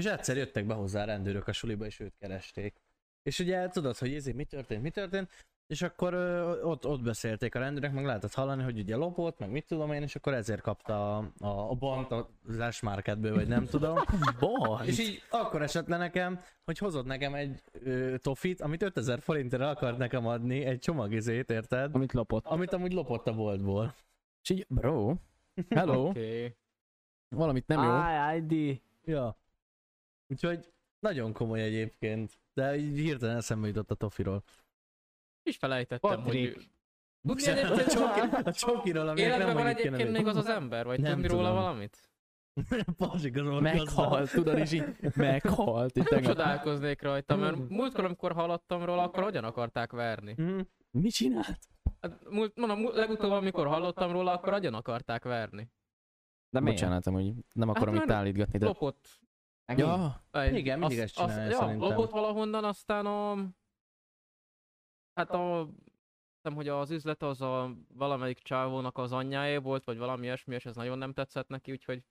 és egyszer jöttek be hozzá a rendőrök a suliba, és őt keresték. És ugye tudod, hogy ezért mi történt, mi történt, és akkor ö, ott, ott beszélték a rendőrök, meg lehetett hallani, hogy ugye lopott, meg mit tudom én, és akkor ezért kapta a, a, a bant a Lash Marketből, vagy nem tudom. Bon. És így akkor esett le nekem, hogy hozott nekem egy ö, tofit, amit 5000 forintért akart nekem adni, egy csomag izét, érted? amit lopott. Amit amúgy lopott a boltból. És így, bro, hello, Oké. valamit nem jó. Áj, ID. Ja. Úgyhogy nagyon komoly egyébként. De így hirtelen eszembe jutott a tofiról. És felejtettem, Patrik. hogy... Tudni a, egyébként, csoki, a csokiról, amit Életben nem van mondjuk ki egyébként még nevét. az az ember? Vagy Nem tudni róla tudom. valamit? Pazsik az orgazda. Meghalt, tudod, és így meghalt. Így Nem tegnap. csodálkoznék rajta, mert múltkor, amikor hallottam róla, akkor hogyan akarták verni? Mhm. Mi csinált? Hát, múlt, mondom, múlt- legutóbb, amikor hallottam róla, akkor agyon akarták verni. De miért? Bocsánat, amúgy nem akarom Hát itt már állítgatni, de... Lopott. Ja, Egy, Igen, mindig ezt csinálja ja, szerintem. lopott valahonnan, aztán a... Hát a... Nem, hogy az üzlet az a valamelyik csávónak az anyjáé volt, vagy valami ilyesmi, és ez nagyon nem tetszett neki, úgyhogy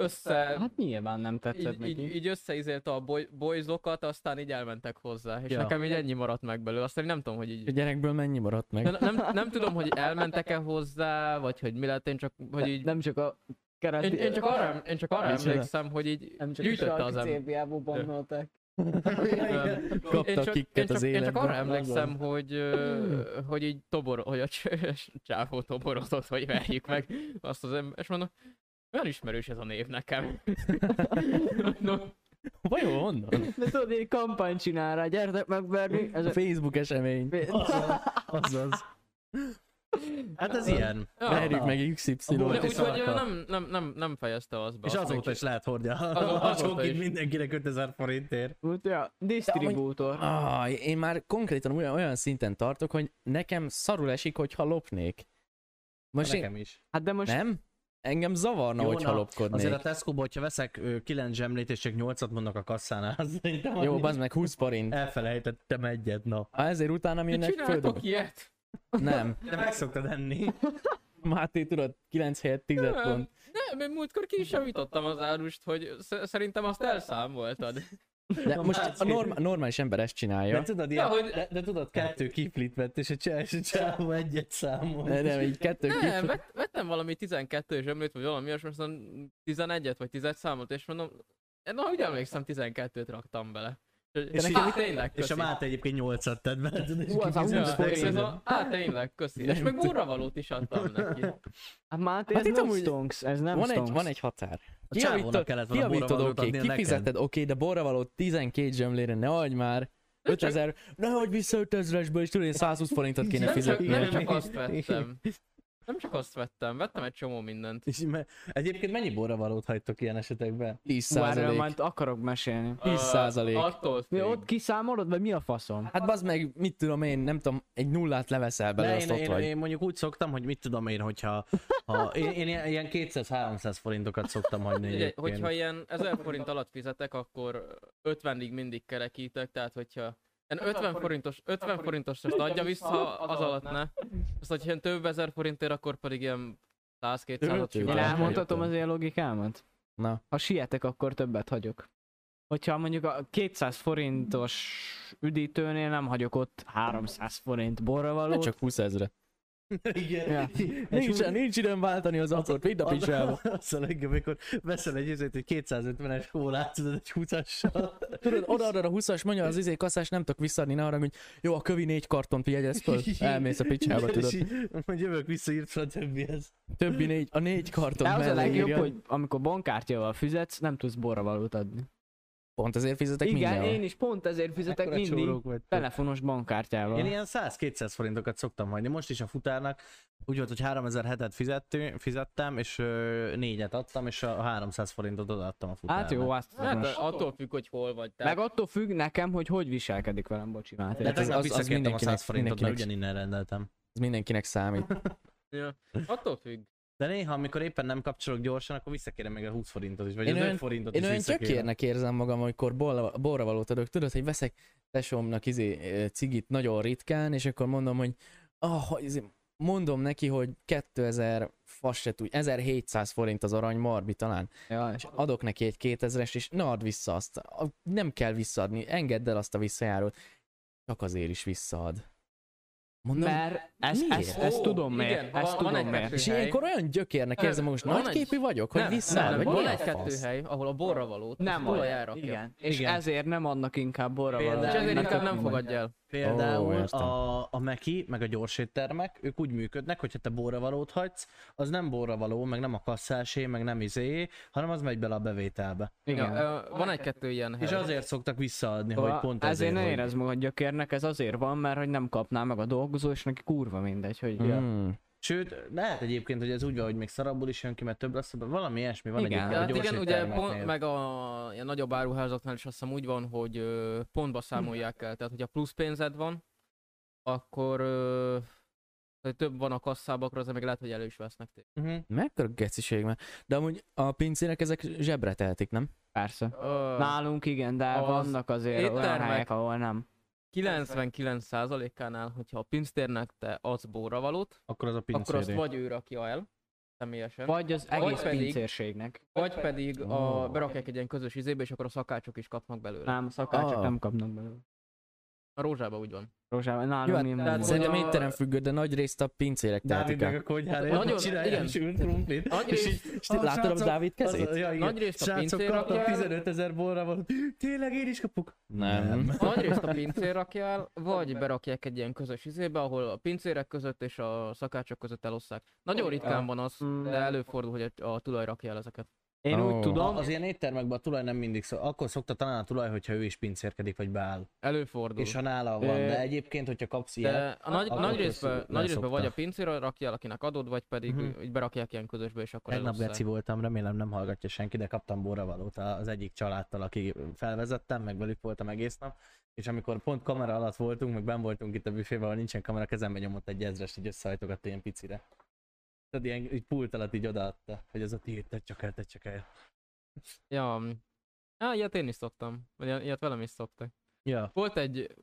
össze... Hát nyilván nem tetszett így, neki. így, így összeizélte a boy, boyzokat, aztán így elmentek hozzá. És Ja. ja. nekem így ennyi maradt meg belőle. Aztán így nem tudom, hogy így... a gyerekből mennyi maradt meg? Nem, nem, nem tudom, hogy elmentek-e hozzá, vagy hogy mi lett, én csak, hogy így... Nem csak a Én, kereszti... én csak arra, én csak arra Micsoda? emlékszem, hogy így Nem csak gyűjtötte a az ember. Serbiából bannolták. Hát Én Kaptak csak- kikket én csak- az Én csak életben. arra emlékszem, hogy, ö, Hmm. hogy így tobor, hogy a cs- csávó toborozott, hogy verjük meg azt az ember, és mondom, olyan ismerős ez a név nekem. Mondom, Vajon honnan? De tudod, egy kampányt csinál rá, gyertek megverni. Ez A a... Facebook esemény. Azaz. Hát ez ilyen. ja. Verjük meg XY. A De volt és Úgyhogy szarka. nem, nem, nem, nem fejezte az be. És azt meg- azóta is lehet hordja. Azóta A csokit is. mindenkinek 5000 forintért. Ja, disztribútor. Ah, én már konkrétan olyan, olyan szinten tartok, hogy nekem szarul esik, hogyha lopnék. Most én... Nekem is. Hát de most Nem? Engem zavarna, Jó, hogyha na, lopkodnék. Azért a Tesco-ba, hogyha veszek 9 zsemlét és csak 8-at mondnak a kasszánál, az szerintem Jó, az- bazd meg 20 forint. Elfelejtettem egyet, na. Ha ezért utánam Ti jönnek, földön. csináltok ilyet? Nem. De meg szoktad enni. Máté, tudod, 9 helyett 10 pont. Nem, nem, én múltkor ki is javítottam az árust, hogy sz- szerintem azt elszámoltad. De most a Máté. norm- normális ember ezt De csinálja. tudod, ilyen, hogy- de, de, tudod, kettő kiflit vett, és a csá- és a csávó egyet számol. De nem, így kettő Nem, kifli- vett, vettem valami 12 zsemlét, vagy valami olyasmi, aztán 11-et, vagy 10 számot, és mondom, na, úgy emlékszem, 12-t raktam bele. És, így- á, tényleg, És köszi. a Máté egyébként 8-at tett be. tudod, és Szóval Hú, az a kifizették. 20 Ja, és ez forint. a, á, tényleg, köszi. És meg burravalót is adtam neki. Hát Máté, Hát ez itt nem amúgy- stonks, ez nem Van stonks. egy, van egy határ. A csávónak kellett volna Kiavítod, borravalót oké, adni nekem. kifizeted, oké, de borravaló 12 zsömlére, ne adj már. 5000, nehogy vissza 5000-esből, és tudod, én 120 forintot kéne Nem csak, fizetni. nem csak azt vettem. Nem csak azt vettem, vettem egy csomó mindent. És me- egyébként mennyi borravalót hagytok ilyen esetekben? 10 Hú, erről százalék. majd akarok mesélni. 10 százalék. Ö, Attól Mi függ. ott kiszámolod, vagy mi a faszom? Hát bazd meg, mit tudom én, nem tudom, egy nullát leveszel belőle, Le, azt én, ott én, vagy. én, mondjuk úgy szoktam, hogy mit tudom én, hogyha ha, én, én ilyen- ilyen 200-300 forintokat szoktam hagyni Ugye, egyébként. hogyha ilyen 1000 forint alatt fizetek, akkor 50-ig mindig kerekítek, tehát hogyha ilyen 50 forintos, 50 forintos azt adja vissza, az alatt ne. Azt, hogyha ilyen több ezer forintért, akkor pedig ilyen 100-200-at Én Én Valami elmondhatom az ilyen logikámat? Na. Ha sietek, akkor többet hagyok. Hogyha mondjuk a 200 forintos üdítőnél nem hagyok ott 300 forint Ne borravalót. csak 20 ezre. Igen. Ja. Nincs, nincs időm váltani az acot, vidd a picsába. Az a legjobb, amikor veszel egy ezért egy 250-es kólát, tudod, egy 20-assal. Tudod, oda a 20-as, mondja az izé kasszás, nem tudok visszaadni, ne arra, hogy jó, a kövi négy kartont jegyez föl, elmész a picsába, És tudod. így, Majd jövök vissza, írsz a többihez. Többi négy, a négy karton De az a mellé legjobb, írja. hogy amikor bankkártyával fizetsz, nem tudsz borravalót adni. Pont ezért fizetek Igen, mindenhol. én is pont ezért fizetek Mekkora mindig csórók vagytok. telefonos bankkártyával. Én ilyen 100-200 forintokat szoktam hagyni. Most is a futárnak úgy volt, hogy 3000 hetet fizettő, fizettem, és ö, négyet adtam, és a 300 forintot odaadtam a futárnak. Hát jó, azt tudom. Hát attól függ, hogy hol vagy. Tehát Meg attól függ nekem, hogy hogy viselkedik velem, bocsi Máté. De hát az- az, az visszakértem a mindenkinek- 100 forintot, mert mindenkinek- ugyaninnen rendeltem. Ez mindenkinek számít. attól függ. De néha, amikor éppen nem kapcsolok gyorsan, akkor visszakérem még a 20 forintot is, vagy Én az olyan- 5 forintot Én is olyan visszakérem. gyökérnek érzem magam, amikor borra- borravalót adok. Tudod, hogy veszek tesómnak izé, ö, cigit nagyon ritkán, és akkor mondom, hogy ah, izé, mondom neki, hogy 2000, fasz se tudj, 1700 forint az arany marbi talán, Ja, és adok neki egy 2000-es, és ne add vissza azt, A- nem kell visszaadni, engedd el azt a visszajárót, csak azért is visszaad. Mondom, Mert ezt, miért? ezt, ezt Ó, tudom igen, miért, van- ezt van tudom egy miért. és ilyenkor olyan gyökérnek érzem, hogy most Van egy- nagyképű vagyok, hogy Nem, visszaad, nem, vagy van mi a egy kettő fasz? hely, ahol a borra valót, Nem olajára olyan. Igen. Igen. És Igen. ezért nem adnak inkább borra Például- És ezért Na, inkább nem tök fogadja el. Ó, Például értem. a, a Meki, meg a gyorséttermek, ők úgy működnek, hogyha te borravalót hagysz, az nem borravaló, meg nem a kasszásé, meg nem izéé, hanem az megy bele a bevételbe. Igen. Ja, ö, van egy-kettő ilyen És hely. azért szoktak visszaadni, hogy Szóval pont ezért ezért. ne hogy- érez magad gyökérnek, ez azért van, mert hogy nem kapná meg a dolgozó, és neki kurva mindegy, hogy Mm. Sőt, lehet egyébként, hogy ez úgy van, hogy még szarabból is jön ki, mert több lesz, de valami ilyesmi van Igen. egyébként Ja, a hát igen, ugye gyorséttermeknél. pont, meg a ilyen nagyobb áruházaknál is azt hiszem úgy van, hogy ö, pontba számolják el. Tehát, hogyha plusz pénzed van, akkor ö, hogy több van a kasszában, akkor azért még lehet, hogy elő is vesznek téged. Mhm. Mekkora geciség már. De amúgy a pincérek ezek zsebre tehetik, nem? persze. Ö, Nálunk igen, de Az vannak azért olyan éttermek- helyek, ahol nem. 99%-ánál, hogyha a pincérnek te adsz bóravalót, Akkor az a akkor azt pincéré. vagy ő rakja el személyesen, vagy, Vagy az Vagy egész pedig- pincérségnek. vagy pedig a, Ó. berakják egy ilyen közös izébe, és akkor a szakácsok is kapnak belőle. Nem, szakácsok Ah. nem kapnak belőle. A rózsában úgy van. Rózsában, Jó, nálunk hát mi tehát nem Szerintem a- étterem függő, de nagy részt a pincérek Dávid tehetik meg el. a konyhára, Nagyon- nagyon csinálja igen. igen. sült krumplit. Nagy és rész- így- Látod a srácok, Dávid kezét? az- ja, igen. Nagy részt a Srácok, pincér kaptam rakja el. 15 ezer borra van. Tényleg én is kapok? Nem. Nagyrészt a pincér rakja el, vagy berakják egy ilyen közös izébe, ahol a pincérek között és a szakácsok között elosszák. Nagyon ritkán van az, Hmm. Mm. de előfordul, hogy a, a tulaj rakja el ezeket. Én Ó. úgy tudom, A- Az ilyen éttermekben a tulaj nem mindig szó. Akkor szokta talán a tulaj, hogyha ő is pincérkedik, vagy beáll. Előfordul. És ha nála van, Ö, de egyébként, hogyha kapsz ilyet, de a nagy, akkor nagy, ott részben, lesz- nagy részben leszokta. vagy a pincér rakja el, akinek adod, vagy pedig Mhm. uh-huh. így berakják ilyen közösbe, és akkor Tegnap elosszák. geci voltam, remélem nem hallgatja senki, de kaptam borravalót az egyik családtal, aki felvezettem, meg velük voltam egész nap. És amikor pont kamera alatt voltunk, meg ben voltunk itt a büfében, ahol nincsen kamera, kezembe nyomott egy ezres, így összehajtogatta ilyen picire. Tehát ilyen így pult alatt így odaadta, hogy ez a tiéd, tedd csak el, tedd csak el. Ja, mm. Á, ilyet én is szoktam. Vagy ilyen- ilyet velem is szoktak. Ja. Volt egy,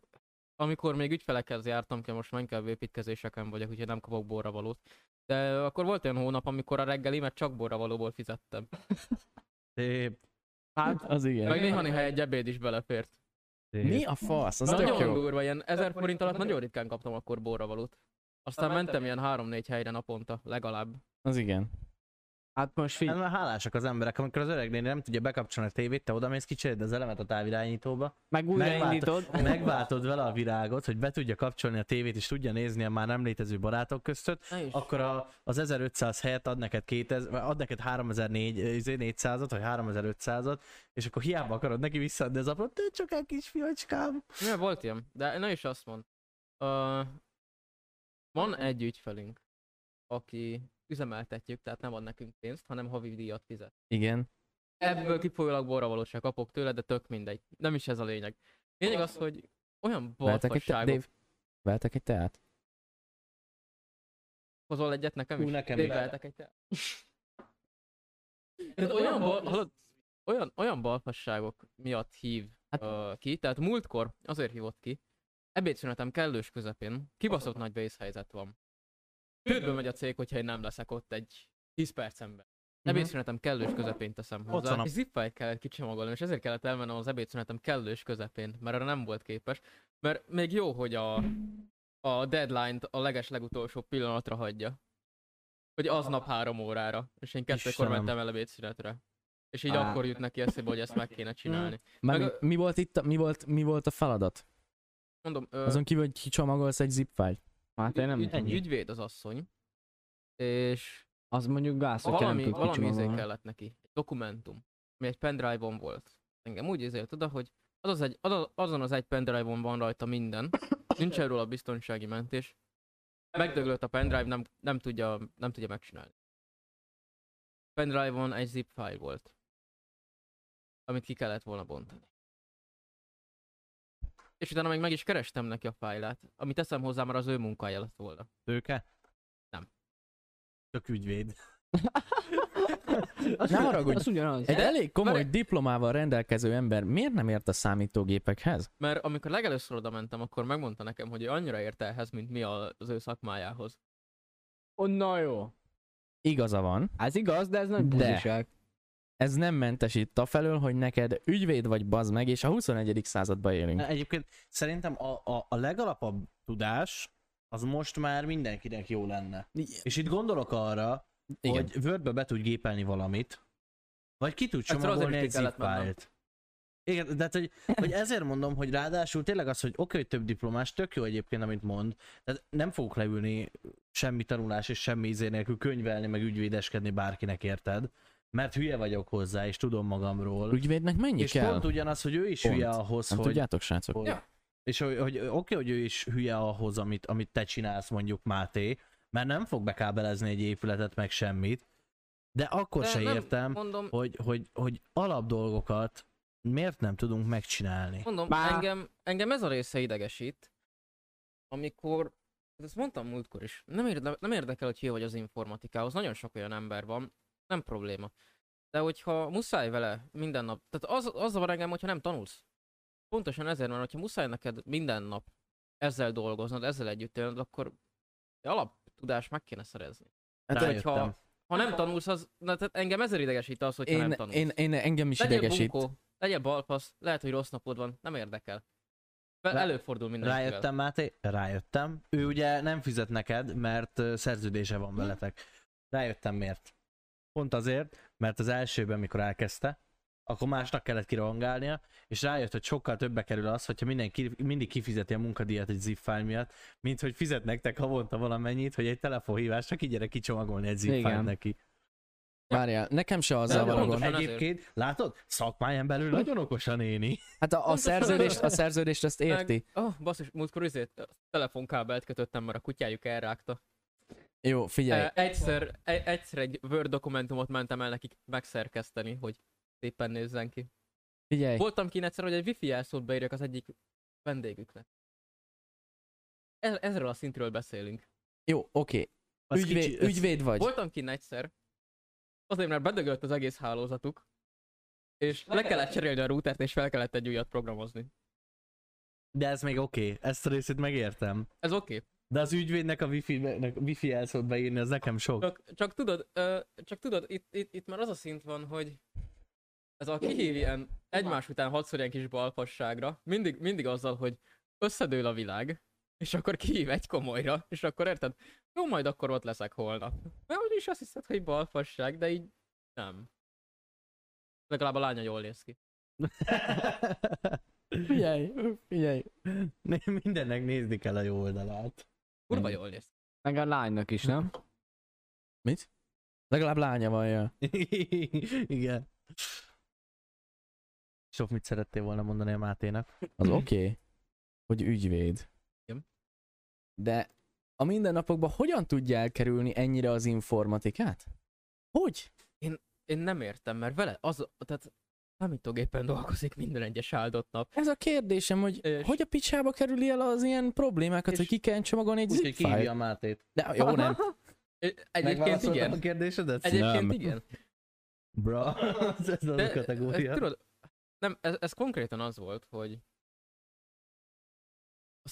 amikor még ügyfelekhez jártam, kell most már inkább építkezéseken vagyok, úgyhogy nem kapok borra valót. De akkor volt olyan hónap, amikor a reggelimet csak borra valóból fizettem. Szép, hát Az igen. Meg néha néha egy ebéd is belefért. szép. Mi a fasz? Az tök nagyon jó. durva, ilyen 1000 forint alatt nagyon ritkán kaptam akkor borra valót. Aztán mentem ilyen 3-4 helyre naponta, legalább. Az igen. hát most Hát figyelj, már hálásak az emberek, amikor az öreg néni nem tudja bekapcsolni a tévét, te oda mész, kicseréd az elemet a távirányítóba, meg újraindítod. megváltod vele a virágot, hogy be tudja kapcsolni a tévét, és tudja nézni a már nem létező barátok között, akkor a, az 1500 helyett ad neked, 2000, vagy ad neked 3400-at, vagy 3500-at, és akkor hiába akarod neki visszaadni az aprót, te csak egy kis fiacskám. Ja, volt ilyen, de na is azt mond. Uh, van egy ügyfelünk, aki üzemeltetjük, tehát nem ad nekünk pénzt, hanem havi díjat fizet. Igen. Ebből kifolyólag borravalóság kapok tőle, de tök mindegy. Nem is ez a lényeg. Lényeg az, hogy olyan Veltek egy, te- balfasságot Dave, veltek egy teát? hozol egyet nekem Ú, is. nekem Dave, is. lehetek egy te. Tehát olyan, bal, hallod, olyan, olyan balfasságok miatt hív Hát- ö, ki, tehát múltkor azért hívott ki, ebédszünetem kellős közepén, kibaszott nagy vészhelyzet van. Tődbe megy a cég, hogyha én nem leszek ott egy 10 percemben. Ebédszünetem kellős közepén teszem hozzá. Mhm. van a- És zipfájt kellett kicsimagolnom, és ezért kellett elmennem az ebédszünetem kellős közepén, mert arra nem volt képes. Mert még jó, hogy a, a deadline-t a leges legutolsó pillanatra hagyja. Hogy Ah. aznap három órára, és én kettőkor Istenem. mentem el ebédszünetre. És így Á. akkor jut neki eszébe, hogy ezt meg kéne csinálni. Már Meg mi, mi, volt itt, a, mi, volt, mi volt a feladat? Mondom, ö, Azon kívül, hogy kicsomagolsz egy zip fájlt. Hát én nem ügy, tudom. ügyvéd az asszony, és Az mondjuk gáz, hogy nem valami, tud valami izé kicsomagolni. kellett neki, egy dokumentum, ami egy pendrive-on volt. Engem úgy izélt oda, hogy az az egy, az, azon az egy pendrive-on van rajta minden, nincs erről a biztonsági mentés, megdöglött a pendrive, nem, nem, tudja, nem tudja megcsinálni. Pendrive-on egy zip file volt, amit ki kellett volna bontani. És utána még meg is kerestem neki a fájlát, amit teszem hozzá, már az ő munkája lett volna. Tőke? Nem. Csak ügyvéd. Az Ne ugyan- haragudj. Az ugyanaz. Egy elég komoly Várj. diplomával rendelkező ember miért nem ért a számítógépekhez? Mert amikor legelőször oda mentem, akkor megmondta nekem, hogy ő annyira ért ehhez, mint mi a- az ő szakmájához. Oh, na jó. Igaza van. Ez igaz, de ez nagy De. buziság. Ez nem mentesít a felől, hogy neked ügyvéd vagy bazd meg, és a 21. században élünk. Egyébként szerintem a, a, a legalapabb tudás, az most már mindenkinek jó lenne. És itt gondolok arra, Igen. hogy Wordbe be tud gépelni valamit, vagy ki tud csomagolni azért egy ki kellett zip fájlt. Igen, de hát, hogy, hogy ezért mondom, hogy ráadásul tényleg az, hogy oké, hogy több diplomás, tök jó egyébként, amit mond, tehát nem fogok leülni semmi tanulás és semmi izé nélkül könyvelni, meg ügyvédeskedni bárkinek, érted? Mert hülye vagyok hozzá, és tudom magamról. Ügyvédnek mennyi és kell? pont ugyanaz, hogy ő is Pont. hülye ahhoz, Hát Nem hogy, tudjátok, srácok? hogy... És hogy, hogy oké, hogy ő is hülye ahhoz, amit, amit te csinálsz, mondjuk Máté, mert nem fog bekábelezni egy épületet, meg semmit, de akkor De se nem, értem, Mondom, hogy, hogy, hogy alap dolgokat miért nem tudunk megcsinálni. Mondom, Bá- engem, engem ez a része idegesít, amikor, hát ezt mondtam múltkor is, nem, érde, nem érdekel, hogy hülye vagy az informatikához, nagyon sok olyan ember van, nem probléma. De hogyha muszáj vele minden nap, tehát az, az zavar engem, hogyha nem tanulsz. Pontosan ezért van, hogyha muszáj neked minden nap ezzel dolgoznod, ezzel együtt élned, akkor alaptudást meg kéne szerezni. Hát, Tehát, hogyha, ha nem tanulsz, az, na, tehát engem ezért idegesít az, hogyha Én, nem tanulsz. én, én, engem is idegesít. Bunkó, legyél balfasz, lehet, hogy rossz napod van, nem érdekel. Fel, Rá- előfordul mindenkivel. Rájöttem, Máté? Rájöttem. Ő ugye nem fizet neked, mert ö, szerződése van veletek. Rájöttem miért. Pont azért, mert az elsőben, mikor elkezdte, akkor másnak kellett kirongálnia, és rájött, hogy sokkal többbe kerül az, hogyha mindenki mindig kifizeti a munkadíjat egy zip file miatt, mint hogy fizet nektek havonta valamennyit, hogy egy telefonhívás csak így gyere kicsomagolni egy zip file Igen. neki. Várjál, nekem se azzal Nagyon van a okos- gond. Pontosan Egyébként, látod? Szakmáján belül nagyon okos a néni. Hát a, a Pontosan. szerződést, a szerződést azt Meg- érti. Oh, basszus, múltkor izét telefonkábelt kötöttem, mert a kutyájuk elrágta. Jó, figyelj. E, egyszer, e, egyszer egy Word dokumentumot mentem el nekik megszerkeszteni, hogy szépen nézzen ki. Figyelj. Voltam kint egyszer, hogy egy wifi jelszót beírjak az egyik vendégüknek. Ez, ezről a szintről beszélünk. Jó, oké. Az Ügyvéd, kicsi- az- ügyvéd vagy. Voltam kint egyszer, azért mert bedögölt az egész hálózatuk, és le kellett cserélni a routert, és fel kellett egy újat programozni. De ez még oké, okay. ezt a részét megértem. Ez oké. Okay. De az ügyvédnek a wifi-nek wifi jelszót beírni, az nekem sok. Csak, csak tudod, ö, csak tudod itt, itt, itt, már az a szint van, hogy ez a kihív ilyen egymás után hatszor ilyen kis balfasságra, mindig, mindig azzal, hogy összedől a világ, és akkor kihív egy komolyra, és akkor érted? Jó, majd akkor ott leszek holnap. Mert úgy is azt hiszed, hogy balfasság, de így nem. Legalább a lánya jól néz ki. Figyelj, figyelj. Ne- Mindennek nézni kell a jó oldalát. Kurva jól néz ki. Meg a lánynak is, nem? Legalább lánya van, ja. Igen. Sok mit szerettél volna mondani a Máténak? Az oké, hogy ügyvéd. Igen. De a mindennapokban hogyan tudja elkerülni ennyire az informatikát? Hogy? Én nem értem, mert vele az, tehát számítógépen dolgozik minden egyes áldott nap. Ez a kérdésem, hogy És- hogy a picsába kerüli el az ilyen problémákat, És- hogy ki kell csomagolni egy zip Úgyhogy file-t? kihívja a Mátét. De jó, nem. Ö, Egyébként igen. a kérdésedet? Egyébként Nem. igen. Bra, ez, ez az a De, kategória. ez, tudod, nem, ez, ez konkrétan az volt, hogy azt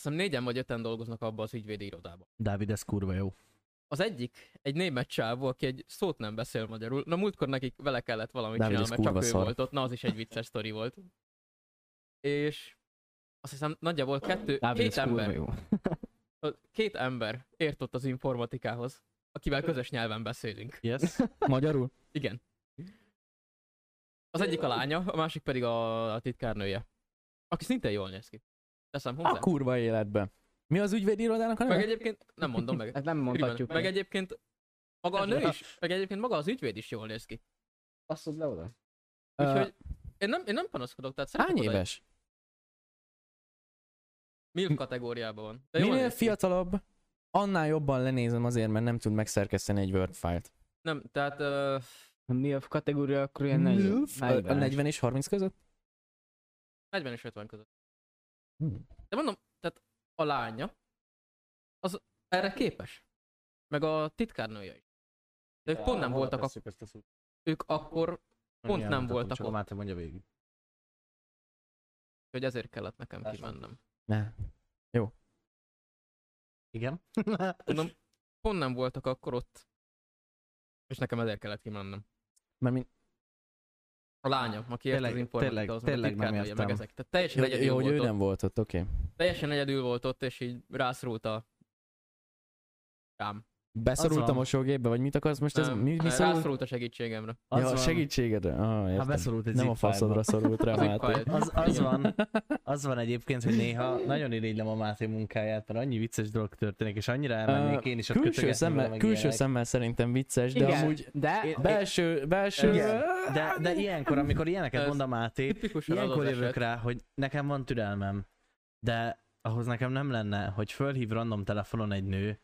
hiszem négyen vagy öten dolgoznak abba az ügyvédi irodában. Dávid, ez kurva jó. Az egyik, egy német csávó, aki egy szót nem beszél magyarul. Na múltkor nekik vele kellett valamit Dávid, csinálni, ez mert csak kurva ő szar. volt ott. Na az is egy vicces sztori volt. És azt hiszem nagyjából kettő, Dávid, két ez kurva ember, jó. a- két ember értott az informatikához, akivel közös nyelven beszélünk. Yes. Magyarul? Igen. Az egyik a lánya, a másik pedig a, a titkárnője. Aki szintén jól néz ki. Teszem hozzá. A kurva életben. Mi az ügyvédi irodának a Meg neve? egyébként, nem mondom meg. Ezt Hát nem Mondhatjuk mondhatjuk. meg meg. egyébként, maga a nő is, meg egyébként maga az ügyvéd is jól néz ki. Passzod le oda. Ö, Úgyhogy én nem, én nem panaszkodok, tehát Hány szeretek oda- éves? MILF kategóriában van. De jól Minél néz ki. fiatalabb, annál jobban lenézem azért, mert nem tud megszerkeszteni egy Word file-t. Nem, tehát ö, A MILF kategória akkor ilyen 40. Milf? Ö, A 40 és 30 között? 40 és 50 között. Hmm. De mondom, tehát a lánya, az erre képes. Meg a titkárnője is. De ők pont nem voltak, ak- ők akkor Pont nem voltak Csak a ott. Máté mondja végig. hogy ezért kellett nekem Persze. kimennem. Ne. Igen. Mondom, pont nem voltak akkor ott. És nekem ezért kellett kimennem. Mert mi... A lányom, aki ért az Tényleg- tényleg- informatika, az meg a tényleg nem titkárnője, meg értem. ezek. Tehát teljesen Jó, egyedül jó hogy volt ő ott. nem volt ott, oké. Teljesen egyedül volt ott, és így rászorult a rám. Beszorult Az a van. mosógépbe, vagy mit akarsz most? Ez, Nem, mi, mi szorult? rászorult a segítségemre. Az Ja, van. segítségedre. Ah, Hát értem. beszorult egy nem a zip-fájlba. faszodra szorult rá, hát. Az egy Máté. fájl. Az, az, Igen. van, az van egyébként, hogy néha nagyon irigylem a Máté munkáját, mert annyi vicces dolog történik, és annyira elmennék én is ott külső kötögetni vele, szemmel, meg külső ilyenek. szemmel szerintem vicces, de Igen, amúgy de Én- belső, belső... Igen. De, de ilyenkor, amikor ilyeneket Ez mond a Máté, Tipikusan az ilyenkor az jövök eset. rá, hogy nekem van türelmem, de ahhoz nekem nem lenne, hogy fölhív random telefonon egy nő,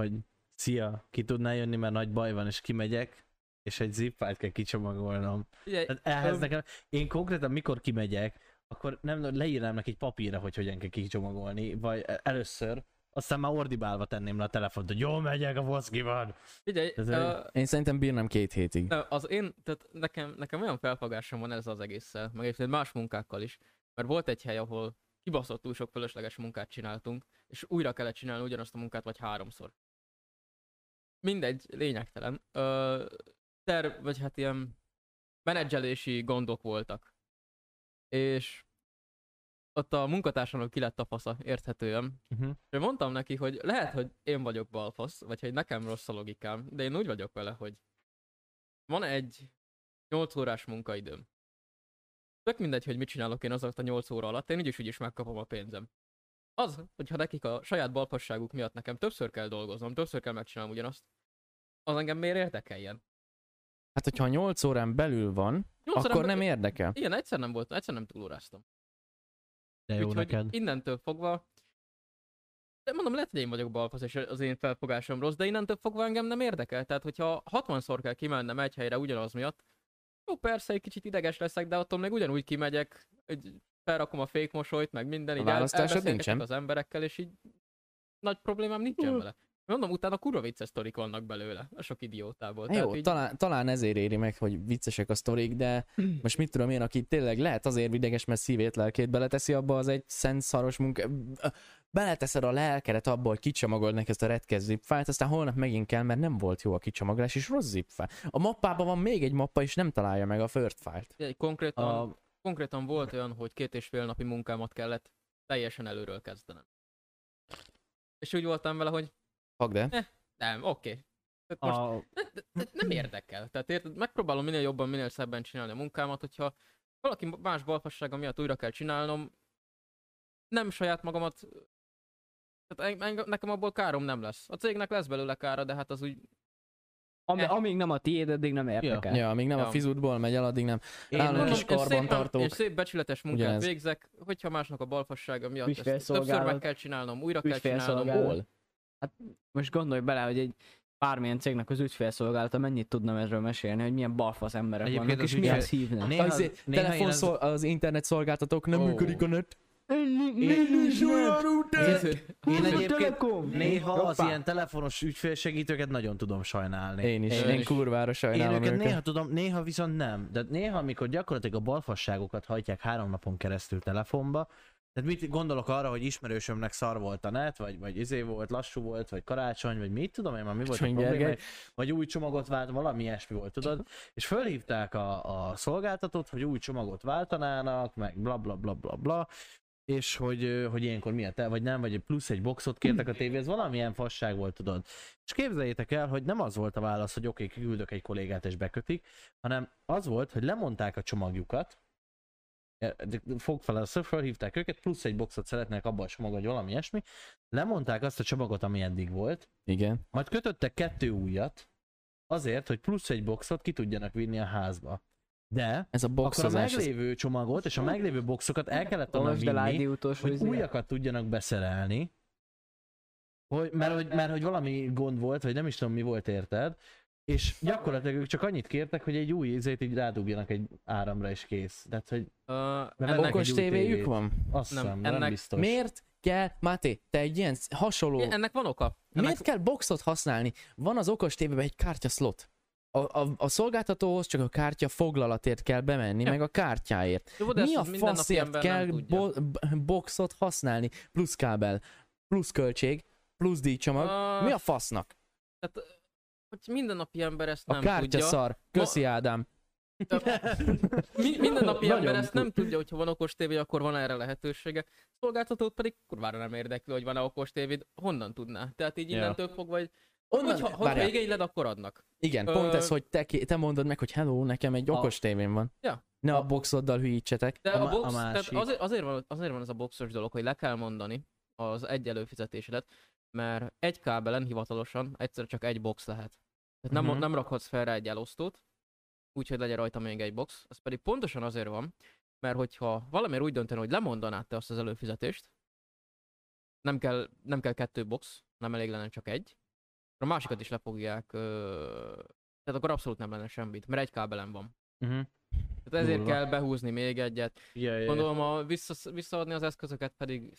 hogy szia, ki tudnál jönni, mert nagy baj van, és kimegyek, és egy zip fájlt kell kicsomagolnom. Hát, Figyelj, Tehát ehhez Öm. nekem, én konkrétan mikor kimegyek, akkor nem leírnám neki egy papírra, hogy hogyan kell kicsomagolni, vagy e- először, aztán már ordibálva tenném le a telefont, hogy jó megyek, a foszki van. Figyelj, Ez ö, Én szerintem bírnám két hétig. nem, az én, tehát nekem, nekem olyan felfogásom van ezzel az egésszel, meg egyébként más munkákkal is. Mert volt egy hely, ahol kibaszott túl sok fölösleges munkát csináltunk, és újra kellett csinálni ugyanazt a munkát, vagy háromszor. Mindegy, lényegtelen. Ö, terv, vagy hát ilyen menedzselési gondok voltak. És ott a munkatársamnak ki lett a fasza, érthetően, Uh-huh. Én mondtam neki, hogy lehet, hogy én vagyok balfasz, vagy hogy nekem rossz a logikám, de én úgy vagyok vele, hogy van egy 8 órás munkaidőm. Tök mindegy, hogy mit csinálok én azokat a 8 óra alatt, én úgyis úgyis megkapom a pénzem. Az, hogyha nekik a saját balfasságuk miatt nekem többször kell dolgoznom, többször kell megcsinálnom ugyanazt, az engem miért érdekeljen? Hát, hogyha 8 órán belül van, 8 akkor órán nem belül- érdekel. Igen, egyszer nem volt, egyszer nem túlóráztam. De jó Úgyhogy neked. innentől fogva, de mondom, lehet, hogy én vagyok balfasz, és az én felfogásom rossz, de innentől fogva engem nem érdekel. Tehát, hogyha 60-szor kell kimennem egy helyre ugyanaz miatt, jó, persze, egy kicsit ideges leszek, de attól még ugyanúgy kimegyek, hogy felrakom a fékmosolyt, meg minden, A így el- választásod elbeszélgetek nincsen? az emberekkel, és így nagy problémám nincsen vele. Mondom, utána kurva vicces sztorik vannak belőle, a sok idiótából. Hát Jó, így, talán, talán ezért éri meg, hogy viccesek a sztorik, de most mit tudom én, aki tényleg lehet azért videges, mert szívét, lelkét beleteszi abba, az egy szenszaros munka... Beleteszed a lelkedet abba, hogy kicsomagolod neki ezt a retkez zipfájt, aztán holnap megint kell, mert nem volt jó a kicsomagolás, és rossz zipfáj. A mappában van még egy mappa, és nem találja meg a first fájlt. Figyelj, konkrétan, A, konkrétan volt olyan, hogy két és fél napi munkámat kellett teljesen előről kezdenem. És úgy voltam vele, hogy Fag de. nem, oké. Okay. Tehát most a, ne- ne- ne- nem érdekel. Tehát érted, megpróbálom minél jobban, minél szebben csinálni a munkámat, hogyha valaki más balfassága miatt újra kell csinálnom, nem saját magamat, tehát en- engem, nekem abból károm nem lesz. A cégnek lesz belőle kára, de hát az úgy ami, Eh. amíg nem a tiéd, addig nem érdekel. Ja, amíg nem Ja. a fizutból megy el, addig nem. én Nálam mondom, is én szépen, karbantartók. és szép becsületes munkát Ugyanez. végzek, hogyha másnak a balfassága miatt ezt többször Ügyfélszolgálat. meg kell csinálnom, újra kell csinálnom. Ügyfélszolgálat. Hát Hol? Most gondolj bele, hogy egy bármilyen cégnek az ügyfélszolgálata mennyit tudna erről mesélni, hogy milyen balfasz emberek Egyébként vannak, az és mihez ügyfél- hívnak. néha, az, néha én telefon az- szol, az internet szolgáltatók nem Ó. működik a net. Én Hát, egyébként Telekom! néha az Hoppá. ilyen telefonos ügyfélsegítőket nagyon tudom sajnálni. Én is, Én én is. kurvára Én sajnálom őket őket. néha tudom, néha viszont nem. De néha, amikor gyakorlatilag a balfasságokat hajtják három napon keresztül telefonba, tehát mit gondolok arra, hogy ismerősömnek szar volt a net, vagy, vagy izé volt, lassú volt, vagy karácsony, vagy mit tudom én már, mi volt a Karácsony probléma, Gergely. vagy új csomagot vált, valami ilyesmi volt, tudod? És fölhívták a, a szolgáltatót, hogy új csomagot váltanának, meg bla bla bla bla bla, és hogy, ö, hogy ilyenkor mi a te, vagy nem, vagy plusz egy boxot kértek a tévéhez, valamilyen fasság volt, tudod. És képzeljétek el, hogy nem az volt a válasz, hogy oké, okay, küldök egy kollégát és bekötik, hanem az volt, hogy lemondták a csomagjukat, e, de fog fel először, felhívták őket, plusz egy boxot szeretnek abban a csomag, vagy valami ilyesmi, lemondták azt a csomagot, ami eddig volt, Igen. majd kötöttek kettő újat, azért, hogy plusz egy boxot ki tudjanak vinni a házba. De Ez a akkor a boxozás. ez- meglévő csomagot és a meglévő boxokat el kellett volna Olvasd el vinni, ID utolsó hogy izé. újakat tudjanak beszerelni, hogy, mert, hogy, mert hogy valami gond volt, vagy nem is tudom mi volt érted, és gyakorlatilag ők csak annyit kértek, hogy egy új izét így rádugjanak egy áramra és kész. Tehát, hogy Uh, ennek Okos egy új tévét. tévéjük van? azt Nem, nem, hiszem, de nem ennek biztos. Miért kell, Máté, te egy ilyen sz- hasonló... ennek van oka. Ennek Miért kell boxot használni? Van az okos tévében egy kártya slot. A, a, a szolgáltatóhoz csak a kártya foglalatért kell bemenni, Ja. meg a kártyáért. Jó, de Mi ezt a az mindennapi faszért ember kell nem tudja. bo- b- boxot használni? Plusz kábel, plusz költség, plusz díjcsomag. Ah, Mi a fasznak? Tehát, hogy mindennapi ember ezt A nem tudja. kártya szar. Köszi Ádám. Mi, mindennapi ember Nagyon ezt nem tudja, hogyha van okos tévé, akkor van erre lehetősége. Szolgáltatót pedig kurvára nem érdekli, hogy van-e okos tévéd, honnan tudná. Tehát így Ja. innentől fogva, hogy Onnan- hogyha, hogyha Várjál. igényled, akkor adnak. Igen, pont Ö, ez, hogy te, ké- te mondod meg, hogy hello, nekem egy A- okos tévém van. Ja. Ne a boxoddal hülyítsetek. De A a, ma- box, a tehát másik. azért, azért, van, azért van ez a boxos dolog, hogy le kell mondani az egy előfizetésedet, mert egy kábelen hivatalosan egyszer csak egy box lehet. Tehát nem, Mhm. nem rakhatsz fel rá egy elosztót, úgyhogy legyen rajta még egy box. Ez pedig pontosan azért van, mert hogyha valamiért úgy döntenél, hogy lemondanád te azt az előfizetést, nem kell, nem kell kettő box, nem elég lenne csak egy, akkor a másikat is le fogják, ö... tehát akkor abszolút nem lenne semmit, mert egy kábelen van. Mhm. Tehát ezért Durva. kell behúzni még egyet, Ja, ja, ja. Gondolom, a vissza, visszaadni az eszközöket pedig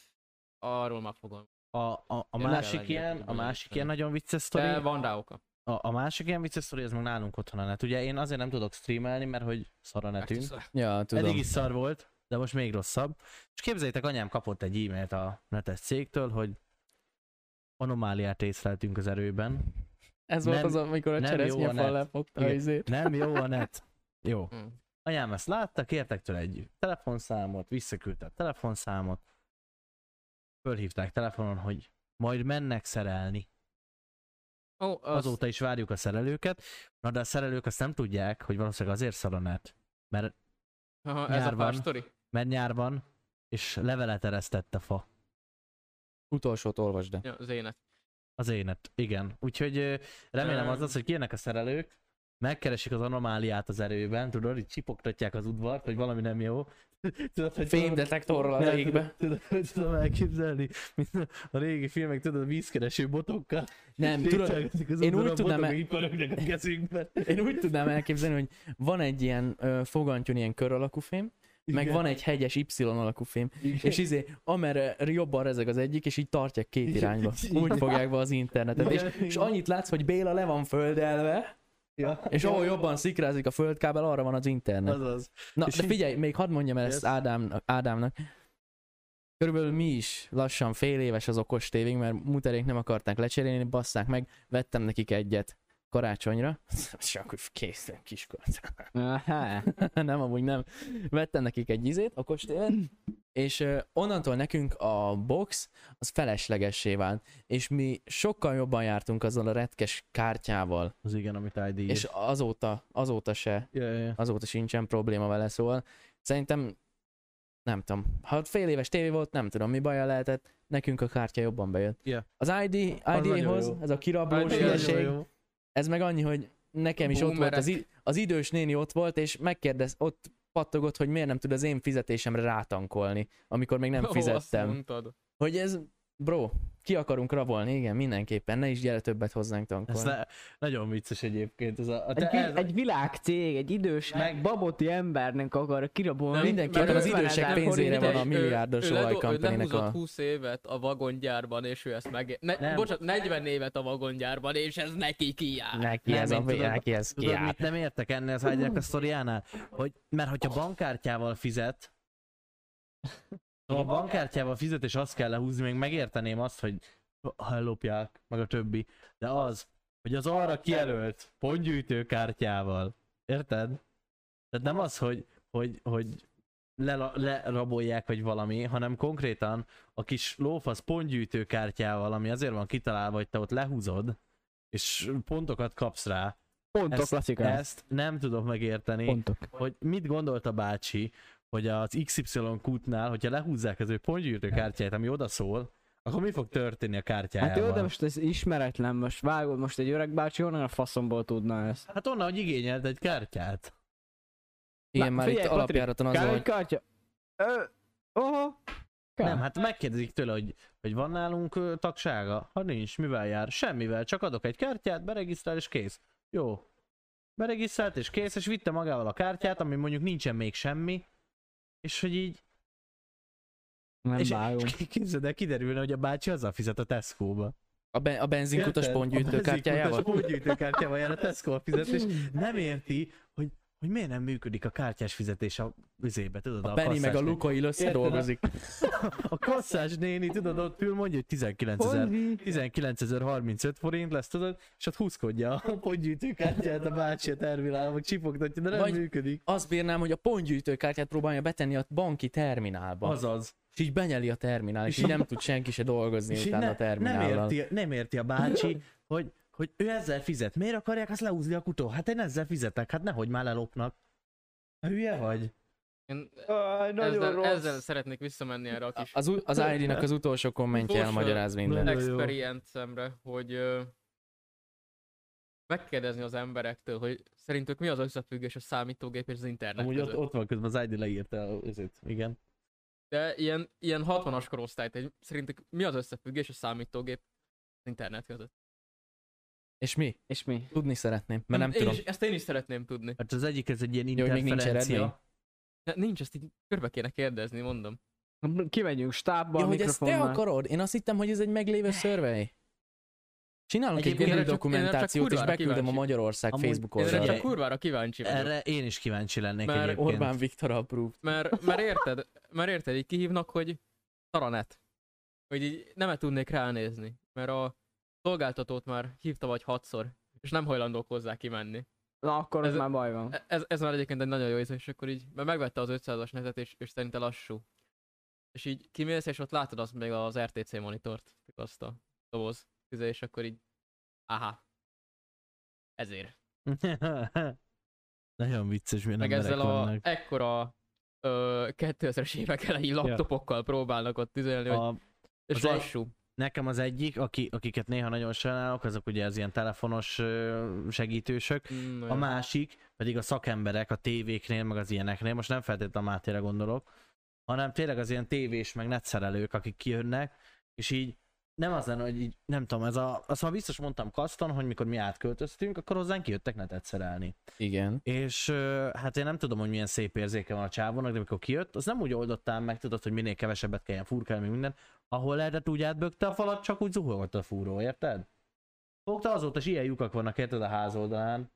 arról már fogom. A, a, a Érdekel másik engem, ilyen, a tudom, másik hogy- ilyen nagyon vicces sztori. De van rá oka. A, a másik ilyen vicces sztori, ez meg nálunk otthon a net. Ugye én azért nem tudok streamelni, mert hogy szar Hát, a netünk. Ja, tudom. Eddig is szar volt, de most még rosszabb. És képzeljétek, anyám kapott egy e-mailt a netes cégtől, hogy anomáliát észleltünk az erőben. Ez volt nem- az, amikor a nem jó a cseresznyefal net. lefogta a Igen. izét. Nem jó a net. Jó. Mm. Anyám ezt látta, kértek tőle egy telefonszámot, visszaküldte a telefonszámot. Fölhívták telefonon, hogy majd mennek szerelni. Ó, az, Azóta is várjuk a szerelőket. Na de a szerelők azt nem tudják, hogy valószínűleg azért szar a net. Mert, aha, ez a nyár van. pár sztori. mert nyárban és levelet eresztett a fa. Utolsót olvasd el. Ja, az énet. Az énet, igen. Úgyhogy ö, remélem az Öm. az, hogy kijönnek a szerelők, megkeresik az anomáliát az erőben, tudod, így csipogtatják az udvart, hogy valami nem jó. Tudod, hogy Fémdetektorral az Nem, égbe. Tudod, hogy tudom elképzelni, mint a régi filmek, tudod, a vízkereső botokkal. Nem, tudod, sétálgatnak az én udvaron, úgy a tudnám botok el- így pörögnek a kezünkben. Én úgy tudnám elképzelni, hogy van egy ilyen ö, fogantyún ilyen kör alakú fém, meg Igen. van egy hegyes Y alakú fém, és izé, amerre jobban rezeg az egyik, és így tartják két irányba. Úgy fogják be az internetet, és, és annyit látsz, hogy Béla le van földelve, Ja. és ahol jobban szikrázik a földkábel, arra van az internet. Azaz. Na, És de így- figyelj, még hadd mondjam el ezt Yes. Ádám, Ádámnak. Körülbelül mi is lassan fél éves az okos tévénk, mert muterénk nem akarták lecserélni, basszák meg, vettem nekik egyet karácsonyra. És akkor kész, kiskort. Aha. nem, amúgy nem. Vettem nekik egy izét, okos tévét, és ö, onnantól nekünk a box az feleslegessé vált, és mi sokkal jobban jártunk azzal a retkes kártyával, Az igen, amit ID és azóta, azóta se Ja, ja, ja. azóta sincsen probléma vele, szóval szerintem nem tudom, ha fél éves tévé volt, nem tudom mi baja lehetett, nekünk a kártya jobban bejött. Ja. Az ID, nagyon ID-hoz, jó. ez a kirablós Az Nagyon hülyeség, jó. ez meg annyi, hogy nekem is ott volt, az, i- az idős néni ott volt, és megkérdez, ott pattogott, hogy miért nem tud az én fizetésemre rátankolni, amikor még nem Ó, Azt fizettem. mondtad. Hogy ez, bro, ki akarunk rabolni, igen, mindenképpen, ne is gyere többet hozzánk Ez tankolni. le, nagyon vicces egyébként. Ez a, a Egy, te- ez- vil- egy világcég, egy idősnek, baboti embernek akar kirabolni. Mindenképpen Mert az 50 idősek ezer pénzére forint, van a Ő- milliárdos ő ledo- olajkampaninek Ő lehúzott a... 20 évet a vagongyárban, és ő ezt meg... Ne, Nem. bocsánat, 40 évet a vagongyárban, és ez neki kijár. Neki Nem, ez a én tudom, neki ez Tudod, kiáll. mit nem értek ennél az ágynak a sztoriánál? Hogy, mert hogyha bankkártyával fizet, ha a bankkártyával fizet és azt kell lehúzni, még megérteném azt, hogy ha ellopják, meg a többi. De az, hogy az arra kijelölt pontgyűjtő kártyával, érted? Tehát nem az, hogy, hogy, hogy lera- lerabolják, vagy valami, hanem konkrétan a kis lófasz pontgyűjtő kártyával, ami azért van kitalálva, hogy te ott lehúzod, és pontokat kapsz rá, Pontok, ezt- klasszika. ezt nem tudom megérteni, Pontok. hogy mit gondolt a bácsi, hogy az XY kútnál, hogyha lehúzzák az ő pontgyűjtő kártyáját, ami oda szól, akkor mi fog történni a Hát jó, kártyájával? de most ez ismeretlen, most vágod, most egy öreg bácsi honnan a faszomból tudna ezt? Hát onnan, hogy igényelt egy kártyát. Igen, Na, már itt figyelj, Patrik, alapjáraton az Kell van, egy hogy kártya? Ö, oha. Kell. Nem, hát megkérdezik tőle, hogy, hogy van nálunk ö, tagsága? Ha nincs, mivel jár? Semmivel, csak adok egy kártyát, beregisztrál és kész. Jó. Beregisztrált és kész, és vitte magával a kártyát, ami mondjuk nincsen még semmi, és hogy így nem és, vágom. és képzeld el, kiderülne, hogy a bácsi azzal fizet a Tesco-ba. a, ben, a benzinkutas Érted? pontgyűjtő A benzinkutas kártyájával. pontgyűjtő kártyával jár a Tesco fizet, és nem érti, hogy hogy miért nem működik a kártyás fizetés a üzébe, tudod? A Penny meg a kasszás néni. Lukoil összedolgozik. A kasszás néni, tudod, ott ül, mondja, hogy 19 ezer. 19.035 forint lesz, tudod, és ott húzkodja a pontgyűjtőkártyát a bácsi a terminál, meg csipogtatja, de nem Vagy- működik. Azt bírnám, hogy a pontgyűjtőkártyát próbálja betenni a banki terminálba. Azaz. És így benyeli a terminál, és És így így- nem tud senki se dolgozni És így utána ne, a nem, terminállal. érti, nem érti a bácsi, hogy, hogy ő ezzel fizet. Miért akarják azt leúzni a kutó? Hát én ezzel fizetek, hát nehogy már lelopnak. Hülye vagy? Én Aj, ezzel, ezzel szeretnék visszamenni erre a kis Az, u- az ID-nak az utolsó kommentje Utolsó. elmagyaráz mindent. Nagyon jó. experience-emre, hogy ö, megkérdezni az emberektől, hogy szerintük mi az összefüggés a számítógép és az internet Amúgy között. ott, ott van közben az ID leírta a- ezért. Igen. De ilyen, ilyen 60-as korosztályt, hogy szerintük mi az összefüggés a számítógép az internet között? És mi? És mi? Tudni szeretném, mert nem én tudom. Is, ezt én is szeretném tudni. Hát az egyik, ez egy ilyen Jó, hogy még nincs eredmény? interferencia. De nincs, ezt így körbe kéne kérdezni, mondom. Kimegyünk stábba, Ja, ja, hogy ezt te mikrofonnal. akarod? Én azt hittem, hogy ez egy meglévő survey. Csinálunk egy Egyébként Google erre csak- erre dokumentációt, csak és kurvára beküldöm a kíváncsi. Magyarország Amúgy Facebook Hozzá. Erre oldalra. csak kurvára kíváncsi vagyok. Erre én is kíváncsi lennék Már egyébként. Orbán Viktor approved. Mert, mert érted, mert érted, így kihívnak, hogy taranet. Hogy így nem tudnék ránézni, mert a szolgáltatót már hívta vagy hatszor, és nem hajlandók hozzá kimenni. Na akkor ez Ez- már baj van. E- Ez, ez már egyébként egy nagyon jó íz, és akkor így, mert megvette az 500-as netet, és, és szerinte lassú. És így kimész, és ott látod azt még az RTC monitort, azt a doboz tüze, és akkor így, aha, ezért. Nagyon vicces, milyen Meg emberek ezzel a vannak. ekkora ö, 2000-es évek elejé laptopokkal próbálnak ott tüzelni, hogy A, és az egy- lassú. nekem az egyik, aki, akiket néha nagyon sajnálok, azok ugye az ilyen telefonos ö, segítősök, Mm, a olyan. másik pedig a szakemberek a tévéknél, meg az ilyeneknél, most nem feltétlenül a Mátére gondolok, hanem tényleg az ilyen tévés, meg netszerelők, akik kijönnek, és így nem az lenne, hogy így, nem tudom, ez a, azt már biztos mondtam Kaston, hogy mikor mi átköltöztünk, akkor hozzánk kijöttek netet szerelni. Igen. És ö, hát én nem tudom, hogy milyen szép érzéke van a csávónak, de amikor kijött, az nem úgy oldottál meg, tudod, hogy minél kevesebbet kelljen furkálni, meg minden, ahol erre úgy átbökte a falat, csak úgy zuhogott a fúró, érted? Fogta azóta is ilyen lyukak vannak, érted a ház oldalán,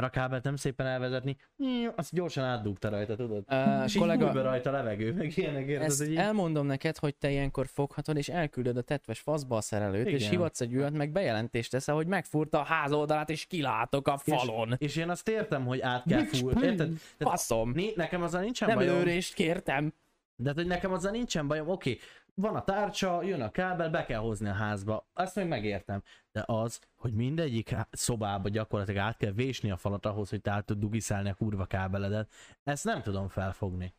mert a kábelt nem szépen elvezetni, nyí, azt gyorsan átdugta rajta, tudod? És Uh, kollega... így kollega, bújj be rajta a levegő, meg ilyenek, érted? Ezt hogy így... elmondom neked, hogy te ilyenkor foghatod, és elküldöd a tetves faszba a szerelőt, és Igen. hivatsz egy olyat, meg bejelentést teszel, hogy megfúrta a ház oldalát, és kilátok a falon. És én azt értem, hogy át kell fúrni, érted? Tehát, Faszom, né, nekem azzal nincsen nem bajom. lőrést kértem. De hát, hogy nekem azzal nincsen bajom, oké, van a tárcsa, jön a kábel, be kell hozni a házba, azt még megértem. De az, hogy mindegyik há- szobába gyakorlatilag át kell vésni a falat ahhoz, hogy te át tud dugiszálni a kurva kábeledet, ezt nem tudom felfogni.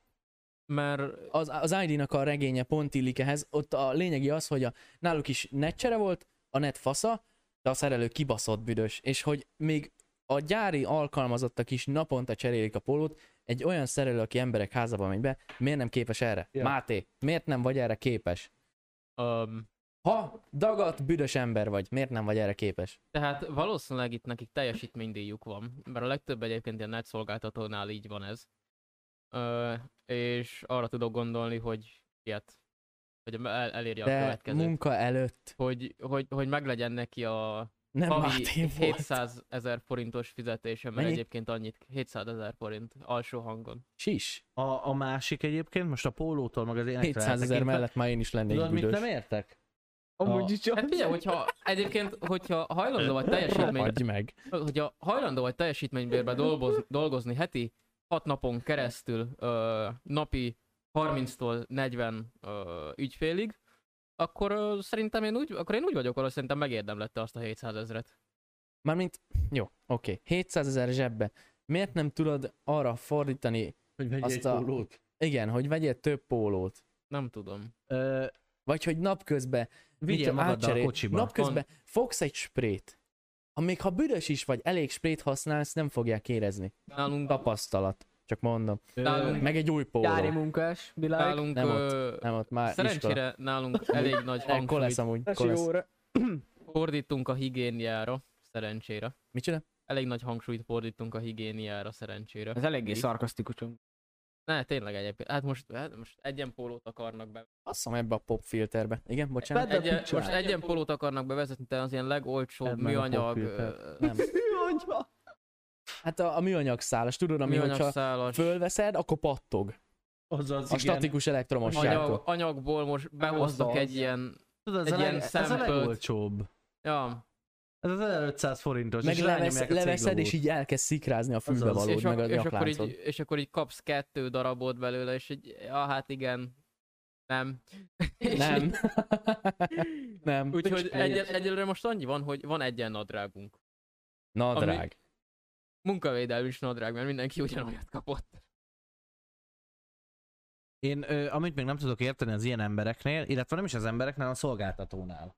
Mert Az, az ID-nak a regénye pont illik ehhez, ott a lényegi az, hogy a, náluk is netcsere volt, a net fasza, de a szerelő kibaszott büdös, és hogy még a gyári alkalmazottak is naponta cserélik a pólót, egy olyan szerelő, aki emberek házába megy be, miért nem képes erre? Ja. Máté, miért nem vagy erre képes? um, Ha dagadt, büdös ember vagy, miért nem vagy erre képes? tehát valószínűleg itt nekik teljesítménydíjuk van, mert a legtöbb egyébként ilyen net szolgáltatónál így van ez. Ö, és arra tudok gondolni, hogy ilyet, hogy el, elérje a De következőt. munka előtt hogy, hogy, hogy meglegyen neki a nem havi Máté volt. 700 ezer forintos fizetése, mert Mennyi? egyébként annyit, 700 ezer forint alsó hangon. Hát Sis. A, a másik egyébként, most a pólótól, meg az énektől 700 ezer eltekintve, mellett már én is lennék Tudod, mit nem büdös. értek? Amúgy a- is csak... Hát figyelj, hogyha egyébként, hogyha hajlandó vagy teljesítmény, Adj meg. hogyha hajlandó vagy teljesítménybérbe dolgoz, dolgozni heti, 6 napon keresztül ö, napi 30-tól 40 ö, ügyfélig, akkor ö, szerintem én úgy, akkor én úgy vagyok, hogy szerintem megérdemlette azt a 700 ezret. Mármint, jó, oké. 700 ezer zsebbe. Miért nem tudod arra fordítani, Hogy vegyél Azt egy a- pólót? igen, hogy vegyél több pólót? Nem tudom. Ö, Vagy hogy napközben mit vigyél tudom, magaddal a átcserél- kocsiba. Napközben fogsz egy sprét. Ha még ha büdös is vagy, elég sprét használsz, nem fogják érezni. Nálunk, Tapasztalat. Csak mondom. nálunk, Meg egy új Gyári póló. munkás, világ. nálunk nem ott. ö, Nem, ott már iskola. Szerencsére nálunk elég nagy Nem, kolesz hangsúlyt amúgy. Tesi kolesz. óra. fordítunk a higiéniára, szerencsére. Micsoda? Elég nagy hangsúlyt fordítunk a higiéniára, szerencsére. Ez eléggé Így. szarkasztikus. Ne, tényleg egyébként. Hát most, hát most egyen pólót akarnak be. Asszom ebbe a pop filterbe. Igen, bocsánat. Bed- Egy, picsány. most egyen pólót akarnak bevezetni, tehát az ilyen legolcsóbb Edd meg a műanyag. popfiltert. ö, Nem. Hát a, a műanyag szálas, tudod, ami Műanyag hogyha szálas. fölveszed, akkor pattog. Azaz, A statikus elektromos Anyag, sárka. anyagból most behoztak Azzal. egy ilyen... Tudod, egy ez, a ilyen leg, ez a szempölt. legolcsóbb. Ja, Ez az 1500 forintos, Meg és levesz, rányomják a leveszed, és céglogót. így elkezd szikrázni a fülbe Azaz. valód, és, ak- meg a és, akkor így, nyakláncod. és akkor így kapsz kettő darabot belőle, és így, ja, hát igen, nem. És Nem. így- Nem. Úgyhogy Ennyi. egyel, egyelőre most annyi van, hogy van egyen nadrágunk. Na, ami- drág. Munkavédelmi is nadrág, mert mindenki ugyanolyat kapott. Én, ö, amit még nem tudok érteni az ilyen embereknél, illetve nem is az embereknél, hanem a szolgáltatónál,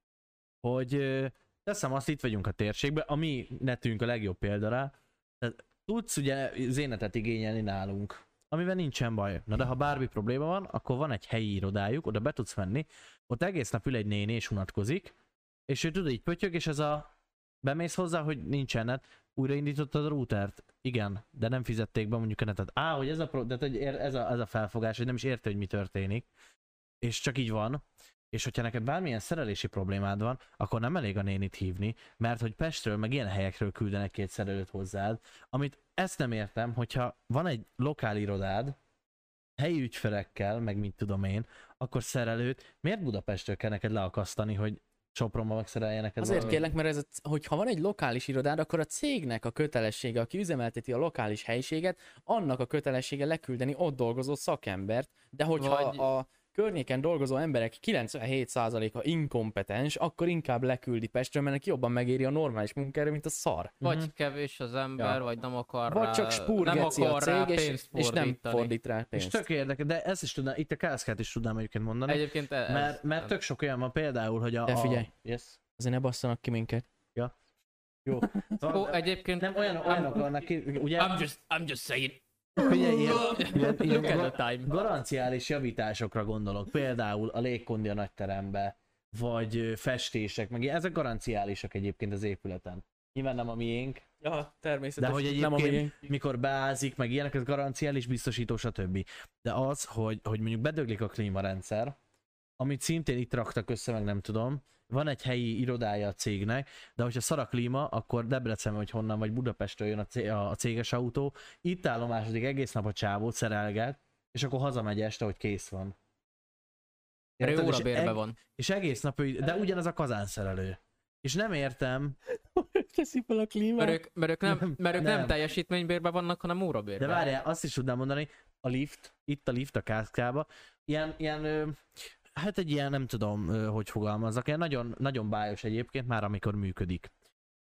hogy ö, teszem azt, itt vagyunk a térségben, a mi netünk a legjobb példa rá, tehát tudsz ugye zénetet igényelni nálunk, amivel nincsen baj. Na de ha bármi probléma van, akkor van egy helyi irodájuk, oda be tudsz menni, ott egész nap ül egy néni és unatkozik, és ő tudod így pötyög, és ez a bemész hozzá, hogy nincsen net, újraindítottad a routert, igen, de nem fizették be mondjuk a netet. Á, hogy ez a, pro- de hogy ér- ez a, ez a felfogás, hogy nem is érti, hogy mi történik, és csak így van, és hogyha neked bármilyen szerelési problémád van, akkor nem elég a nénit hívni, mert hogy Pestről, meg ilyen helyekről küldenek két szerelőt hozzád, amit ezt nem értem, hogyha van egy lokál irodád, helyi ügyfelekkel, meg mit tudom én, akkor szerelőt miért Budapestről kell neked leakasztani, hogy Sopronba megszereljenek ez Azért a... kérlek, mert ez a, c- hogyha van egy lokális irodád, akkor a cégnek a kötelessége, aki üzemelteti a lokális helyiséget, annak a kötelessége leküldeni ott dolgozó szakembert, de hogyha Vagy- a környéken dolgozó emberek 97%-a inkompetens, akkor inkább leküldi Pestről, mert neki jobban megéri a normális munkára, mint a szar. Vagy Mhm. kevés az ember, Ja. vagy nem akar Vagy rá, csak spurgeci nem a akar rá cég, és, pénzt és nem fordítani. fordít rá És pénzt. tök érdekes, de ezt is tudnám, itt a kászkát is tudnám egyébként mondani. Egyébként e- ez. Mert, mert tök sok olyan van például, hogy a... De figyelj. A... Yes. Azért ne basszanak ki minket. Ó, egyébként... Nem olyan, olyanok vannak ki, ugye, I'm just, I'm just saying. figyelj, ilyen, ilyen, ilyen Look at gar- the time. garanciális javításokra gondolok, például a légkondi a nagyterembe, vagy ö, festések, meg ilyen- ezek garanciálisak egyébként az épületen. Nyilván nem a miénk, Ja, de természetesen. hogy nem a egyébként miénk. mikor beázik, meg ilyenek, ez garanciális, biztosító, stb. De az, hogy, hogy mondjuk bedöglik a klímarendszer, amit szintén itt raktak össze, meg nem tudom, van egy helyi irodája a cégnek, de hogyha szar a klíma, akkor Debrecen vagy honnan, vagy Budapestről jön a, cé- a a céges autó, itt állomásodik egész nap a csávót, szerelget, és akkor hazamegy este, hogy kész van. Mert ő Érted? És órabérbe eg- van. És egész nap, ő- de ugyanez a kazánszerelő. És nem értem, Teszi fel a klímát. Mert ők, mert ők, nem, Nem, mert ők nem. nem. teljesítménybérben vannak, hanem órabérben. De várjál, azt is tudnám mondani, a lift, itt a lift a kászkába, ilyen, ilyen, ö, hát egy ilyen, nem tudom, ö, hogy fogalmazzak, ilyen nagyon, nagyon bájos egyébként már, amikor működik.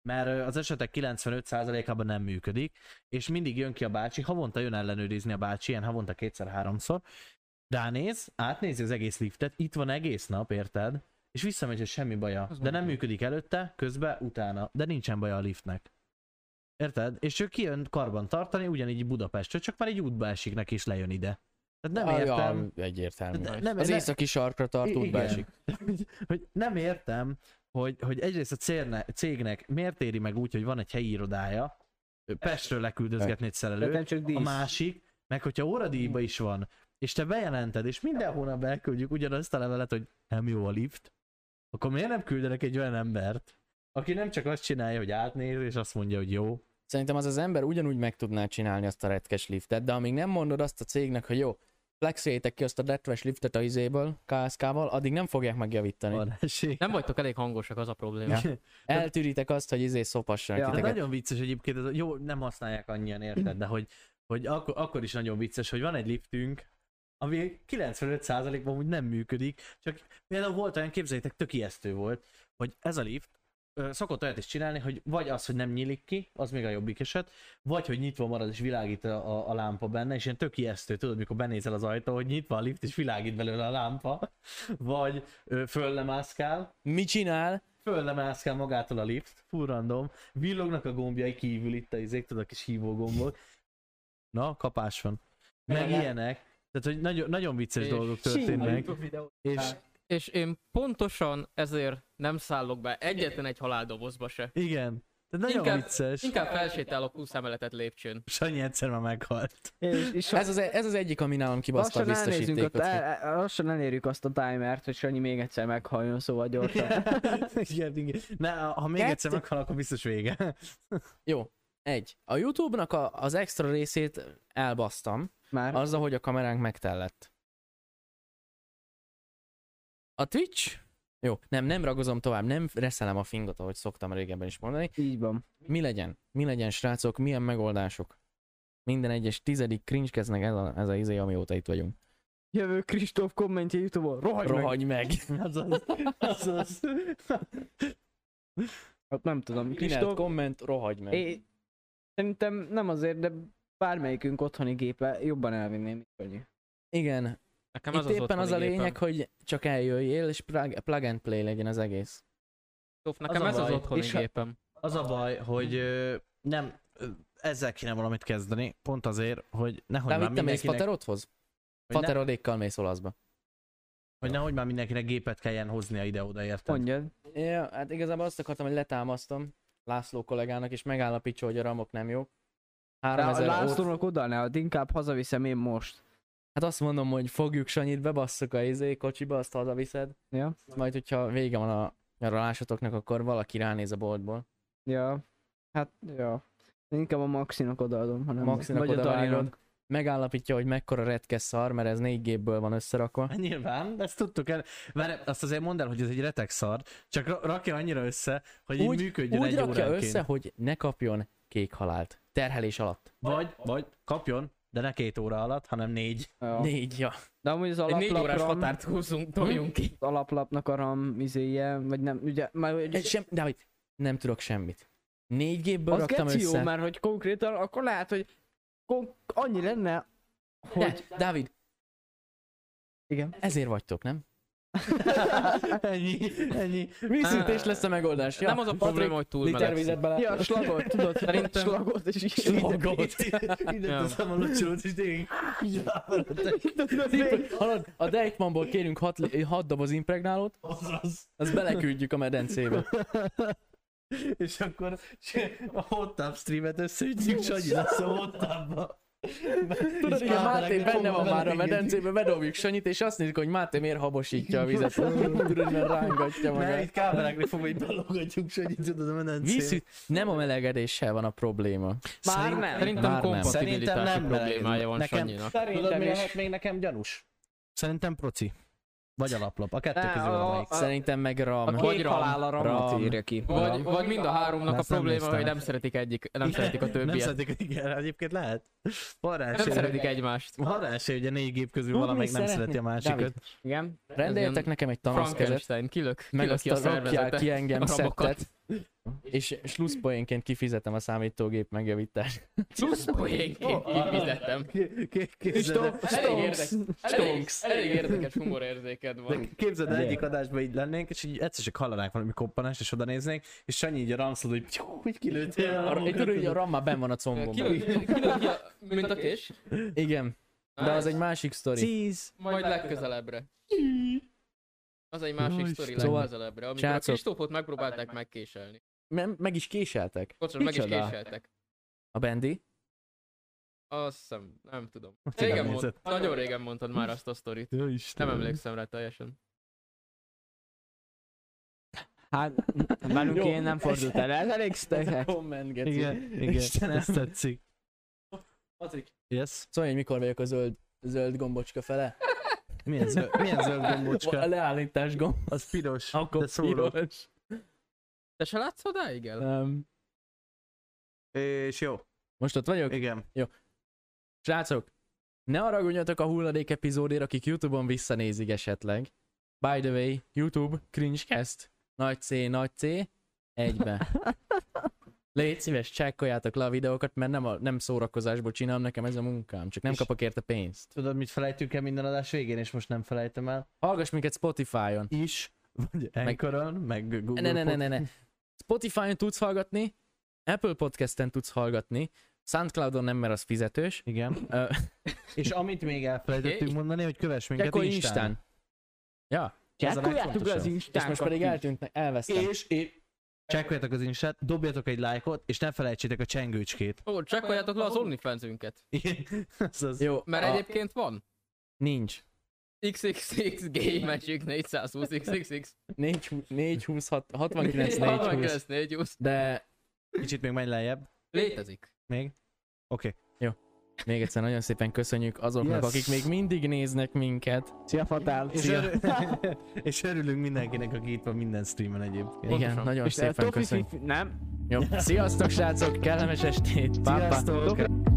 Mert ö, az esetek 95%-ában nem működik, és mindig jön ki a bácsi, havonta jön ellenőrizni a bácsi, ilyen havonta kétszer-háromszor, ránéz, átnézi az egész liftet, itt van egész nap, érted? És visszamegy, hogy semmi baja. Az De nem mondjuk. működik előtte, közbe, utána. De nincsen baja a liftnek. Érted? És ő kijön karban tartani, ugyanígy Budapestről, csak már egy útba esik neki, és lejön ide. Tehát nem Ah, értem. Ja, egyértelmű. De- nem- az nem- északi sarkra I- tartót igen. beesik. Hogy- hogy nem értem, hogy, hogy egyrészt a cérne, cégnek miért éri meg úgy, hogy van egy helyi irodája, ő Pestről leküldözgetni egy Tehát szerelőt, nem csak dísz. a másik, meg hogyha óradíjba is van, és te bejelented, és minden hónapban elküldjük ugyanazt a levelet, hogy nem jó a lift, akkor miért nem küldenek egy olyan embert, aki nem csak azt csinálja, hogy átnéz, és azt mondja, hogy jó, Szerintem az az ember ugyanúgy meg tudná csinálni azt a retkes liftet, de amíg nem mondod azt a cégnek, hogy jó, flexétek ki azt a retkes liftet a izéből, KSK-val, addig nem fogják megjavítani. van esély. Nem vagytok elég hangosak, az a probléma. Ja. Eltűritek azt, hogy izé szopassanak Ja, De titeket. nagyon vicces egyébként, ez, jó, nem használják annyian, érted, de hogy, hogy akkor, akkor is nagyon vicces, hogy van egy liftünk, ami 95%-ban úgy nem működik, csak például volt olyan, képzeljétek, tök ijesztő volt, hogy ez a lift ö, szokott olyat is csinálni, hogy vagy az, hogy nem nyílik ki, az még a jobbik eset, vagy hogy nyitva marad és világít a, a, a lámpa benne, és ilyen tök ijesztő, tudod, mikor benézel az ajtó, hogy nyitva a lift és világít belőle a lámpa, vagy ö, föl lemászkál, Mi csinál? Föl nem ászkál magától a lift, full random, villognak a gombjai kívül itt a izék, tudod a kis hívógombok. Na, kapás van. Meg ilyenek. Tehát, hogy nagyon, nagyon vicces És dolgok történnek. És És én pontosan ezért nem szállok be egyetlen egy haláldobozba se. igen, tehát nagyon Inkább- vicces. Inkább felsétálok 20 emeletet lépcsőn. Sanyi egyszer már meghalt. És, és Ez az, e- ez az egyik, ami nálam kibaszta a lassan elnézünk, ott, biztosítékot. el, el- lassan elérjük azt a timert, hogy Sanyi még egyszer meghalljon, szóval gyorsan. igen, igen. Na, ha még Kettő- egyszer meghal, akkor biztos vége. Jó, Egy. A YouTube-nak a, az extra részét elbasztam, Már. azzal, hogy a kameránk megtellett. A Twitch? Jó, nem, nem ragozom tovább, nem reszelem a fingot, ahogy szoktam régebben is mondani. Így van. Mi legyen? Mi legyen, srácok? Milyen megoldások? Minden egyes tizedik cringekeznek ez a, ez a izé, amióta itt vagyunk. Jövő Kristóf kommentje Youtube-on. Rohagy meg. Rohagy meg! Azaz, azaz. Hát nem tudom. Kinelt Kristóf, komment, rohagy meg! É, szerintem nem azért, de bármelyikünk otthoni gépe jobban elvinné, mint Sanyi. Igen, Nekem itt az az éppen az a otthoni lényeg, gépem. hogy csak eljöjjél, és plug, plug and play legyen az egész. Tóf, nekem a ez az baj. otthoni És ha- gépem. Az a baj, hogy ö, nem, ö, ezzel kéne valamit kezdeni, pont azért, hogy nehogy De már mit te mész mindenkinek, Faterodhoz? hogy, ne, Faterodékkal mész olaszba. hogy nehogy már mindenkinek gépet kelljen hoznia ide-oda, érted? Mondjad. Ja, hát igazából azt akartam, hogy letámasztom László kollégának, és megállapítsa, hogy a ramok nem jók. De a 3000 László... Lászlónak oda ne add, inkább hazaviszem én most. Hát azt mondom, hogy fogjuk Sanyit, bebasszuk a izé kocsiba, azt hazaviszed. Ja. Majd, hogyha vége van a nyaralásotoknak, akkor valaki ránéz a boltból. Ja. Hát, ja. Én inkább a Maxinak odaadom, hanem Maxinak vagy a odavágod. Daninak. Megállapítja, hogy mekkora retke szar, mert ez négy gépből van összerakva. Hát Nyilván, ezt tudtuk el. Mert azt azért mondd el, hogy ez egy retek szar, csak ra- rakja annyira össze, hogy úgy, így működjön úgy egy rakja óránként. össze, hogy ne kapjon kék halált. Terhelés alatt. Vagy, vagy kapjon, de ne két óra alatt, hanem négy. Ja. Négy, ja. Hm? De amúgy az Egy négy órás alaplapra, határt húzunk, toljunk ki. az alaplapnak a RAM izéje, vagy nem, ugye, már ugye, Egy sem, de hogy nem tudok semmit. Négy gépből az raktam geci össze. jó, mert hogy konkrétan, akkor lehet, hogy kon- annyi lenne, hogy... De, Dávid, Igen. ezért vagytok, nem? ennyi, ennyi. Vízszintés lesz a megoldás. Ja, Nem az a probléma, hogy túl liter melegszik. vizet bele. Ja, slagot, tudod, Szerintem- slagot, és így. Slagot. Ide teszem a locsolót, és tényleg így ráveretek. Hallod, a Deichmannból kérünk 6 doboz impregnálót, Azaz. azt beleküldjük a medencébe. És akkor se- a hot tub streamet összeütjük Sanyi lesz a hot tubba. Tudod, hogy a Máté benne van már a medencébe, bedobjuk Sanyit, és azt nézzük, hogy Máté miért habosítja a vizet. Tudod, mert rángatja Mert magát. itt kábelákra fogva, hogy belogatjuk Sanyi, tudod, a medencébe. Vízszint, nem a melegedéssel van a probléma. Szerint- Szerintem Már nem. kompatibilitási Szerintem nem, mert problémája van nekem- Sanyinak. Tudod, mi lehet még nekem gyanús? Szerintem proci. Vagy alaplap. A kettő Á, közül valamelyik. a- Szerintem meg ram. A Vagy kék ram. halál a ramot Ram. írja ki. Vagy, vagy mind a háromnak a Ezt nem probléma, néztem. hogy nem szeretik egyik, nem Igen, szeretik a Nem többiet. szeretik, igen, egyébként lehet. Van rá Nem esély. szeretik egymást. Van rá esély, hogy a négy gép közül Tudni valamelyik nem szeretni. szereti a Dávid. másikat. Igen. Rendeljetek nekem egy tanasz kezet. Frankenstein, kilök, meg kilök azt ki a a rakják szervezetet. ki engem a rabokat. szettet, és slusszpoénként kifizetem a számítógép megjavítását. Plusz poénként kifizettem. Képzeld el- Elég érdekes, elég, elég érdekes humorérzéked van. de Képzeld el, egyik adásban így lennénk, és így egyszer csak hallanák valami koppanást, és oda néznék, és Sanyi így a ramszol, hogy tyú, hogy kilőttél. a Egy ramokat, tudod, hogy a tudod. RAM már benn van a combomban. Kilök, kilök ki a, mint a kés. Igen, de az egy másik sztori. Tíz. Majd legközelebbre. Az egy másik sztori Szóval, legközelebbre, amikor a srácok. Kristófot megpróbálták megkéselni. Me- Meg is késeltek. Bocsánat, meg is Micsoda? késeltek. A Bendi. Azt hiszem, nem tudom. igen, Régen nézed. mond, nagyon régen mondtad már azt a sztorit. Ja, Istenem. Nem emlékszem rá teljesen. Hát, velünk Jó. én nem fordult el, ez elég szteket. Hát Komment, geci. Igen, igen. Istenem. Ezt tetszik. Patrik. Yes. Szóval, hogy mikor vagyok a zöld, zöld gombocska fele? Milyen zöld, milyen zöld A gombocska? leállítás gomb. Az piros. Akkor de szóró. piros. Te se látsz odáig el? Nem. És jó, Most ott vagyok? igen. Srácok, ne haragudjatok a hulladék epizódért, akik Youtube-on visszanézik esetleg. By the way, Youtube, cringecast, nagy C, nagy C, egybe. Légy szíves, csekkoljátok le a videókat, mert nem, a, nem szórakozásból csinálom, nekem ez a munkám, csak nem És- kapok érte pénzt. Tudod, mit felejtünk el minden adás végén, és most nem felejtem el. Hallgass minket Spotify-on. Is. Vagy Anchoron, meg Google Ne, ne, ne, Pod- ne, ne. Spotify-on tudsz hallgatni, Apple Podcast-en tudsz hallgatni, Soundcloud-on nem, mert az fizetős. Igen. Ö, És amit még elfelejtettünk Oké. mondani, hogy kövess minket Csekkolj Instán. Instán. Ja, Csekkoljátok az és most instánkat pedig is. eltűnt, elvesztem. És, és csekkoljatok az Instát, dobjatok egy lájkot, és ne felejtsétek a csengőcskét. Ó, csekkoljátok le az OnlyFans-ünket. Igen. Az az. Jó, Mert a- egyébként van. Nincs. XXX Gay Magic 420 XXX. 4, 4, 20, 6, 69, 4, 20. 69 420. De Kicsit még menj lejjebb. Létezik. Még? Oké. Még egyszer nagyon szépen köszönjük azoknak, Yes. akik még mindig néznek minket. Szia, Fatál! És, Szia. örül... és örülünk mindenkinek, aki itt van minden streamen egyébként. Igen, nagyon És szépen Tofi köszönjük. Fifi- Nem, Jó. Sziasztok srácok, kellemes estét, pápa. Sziasztok!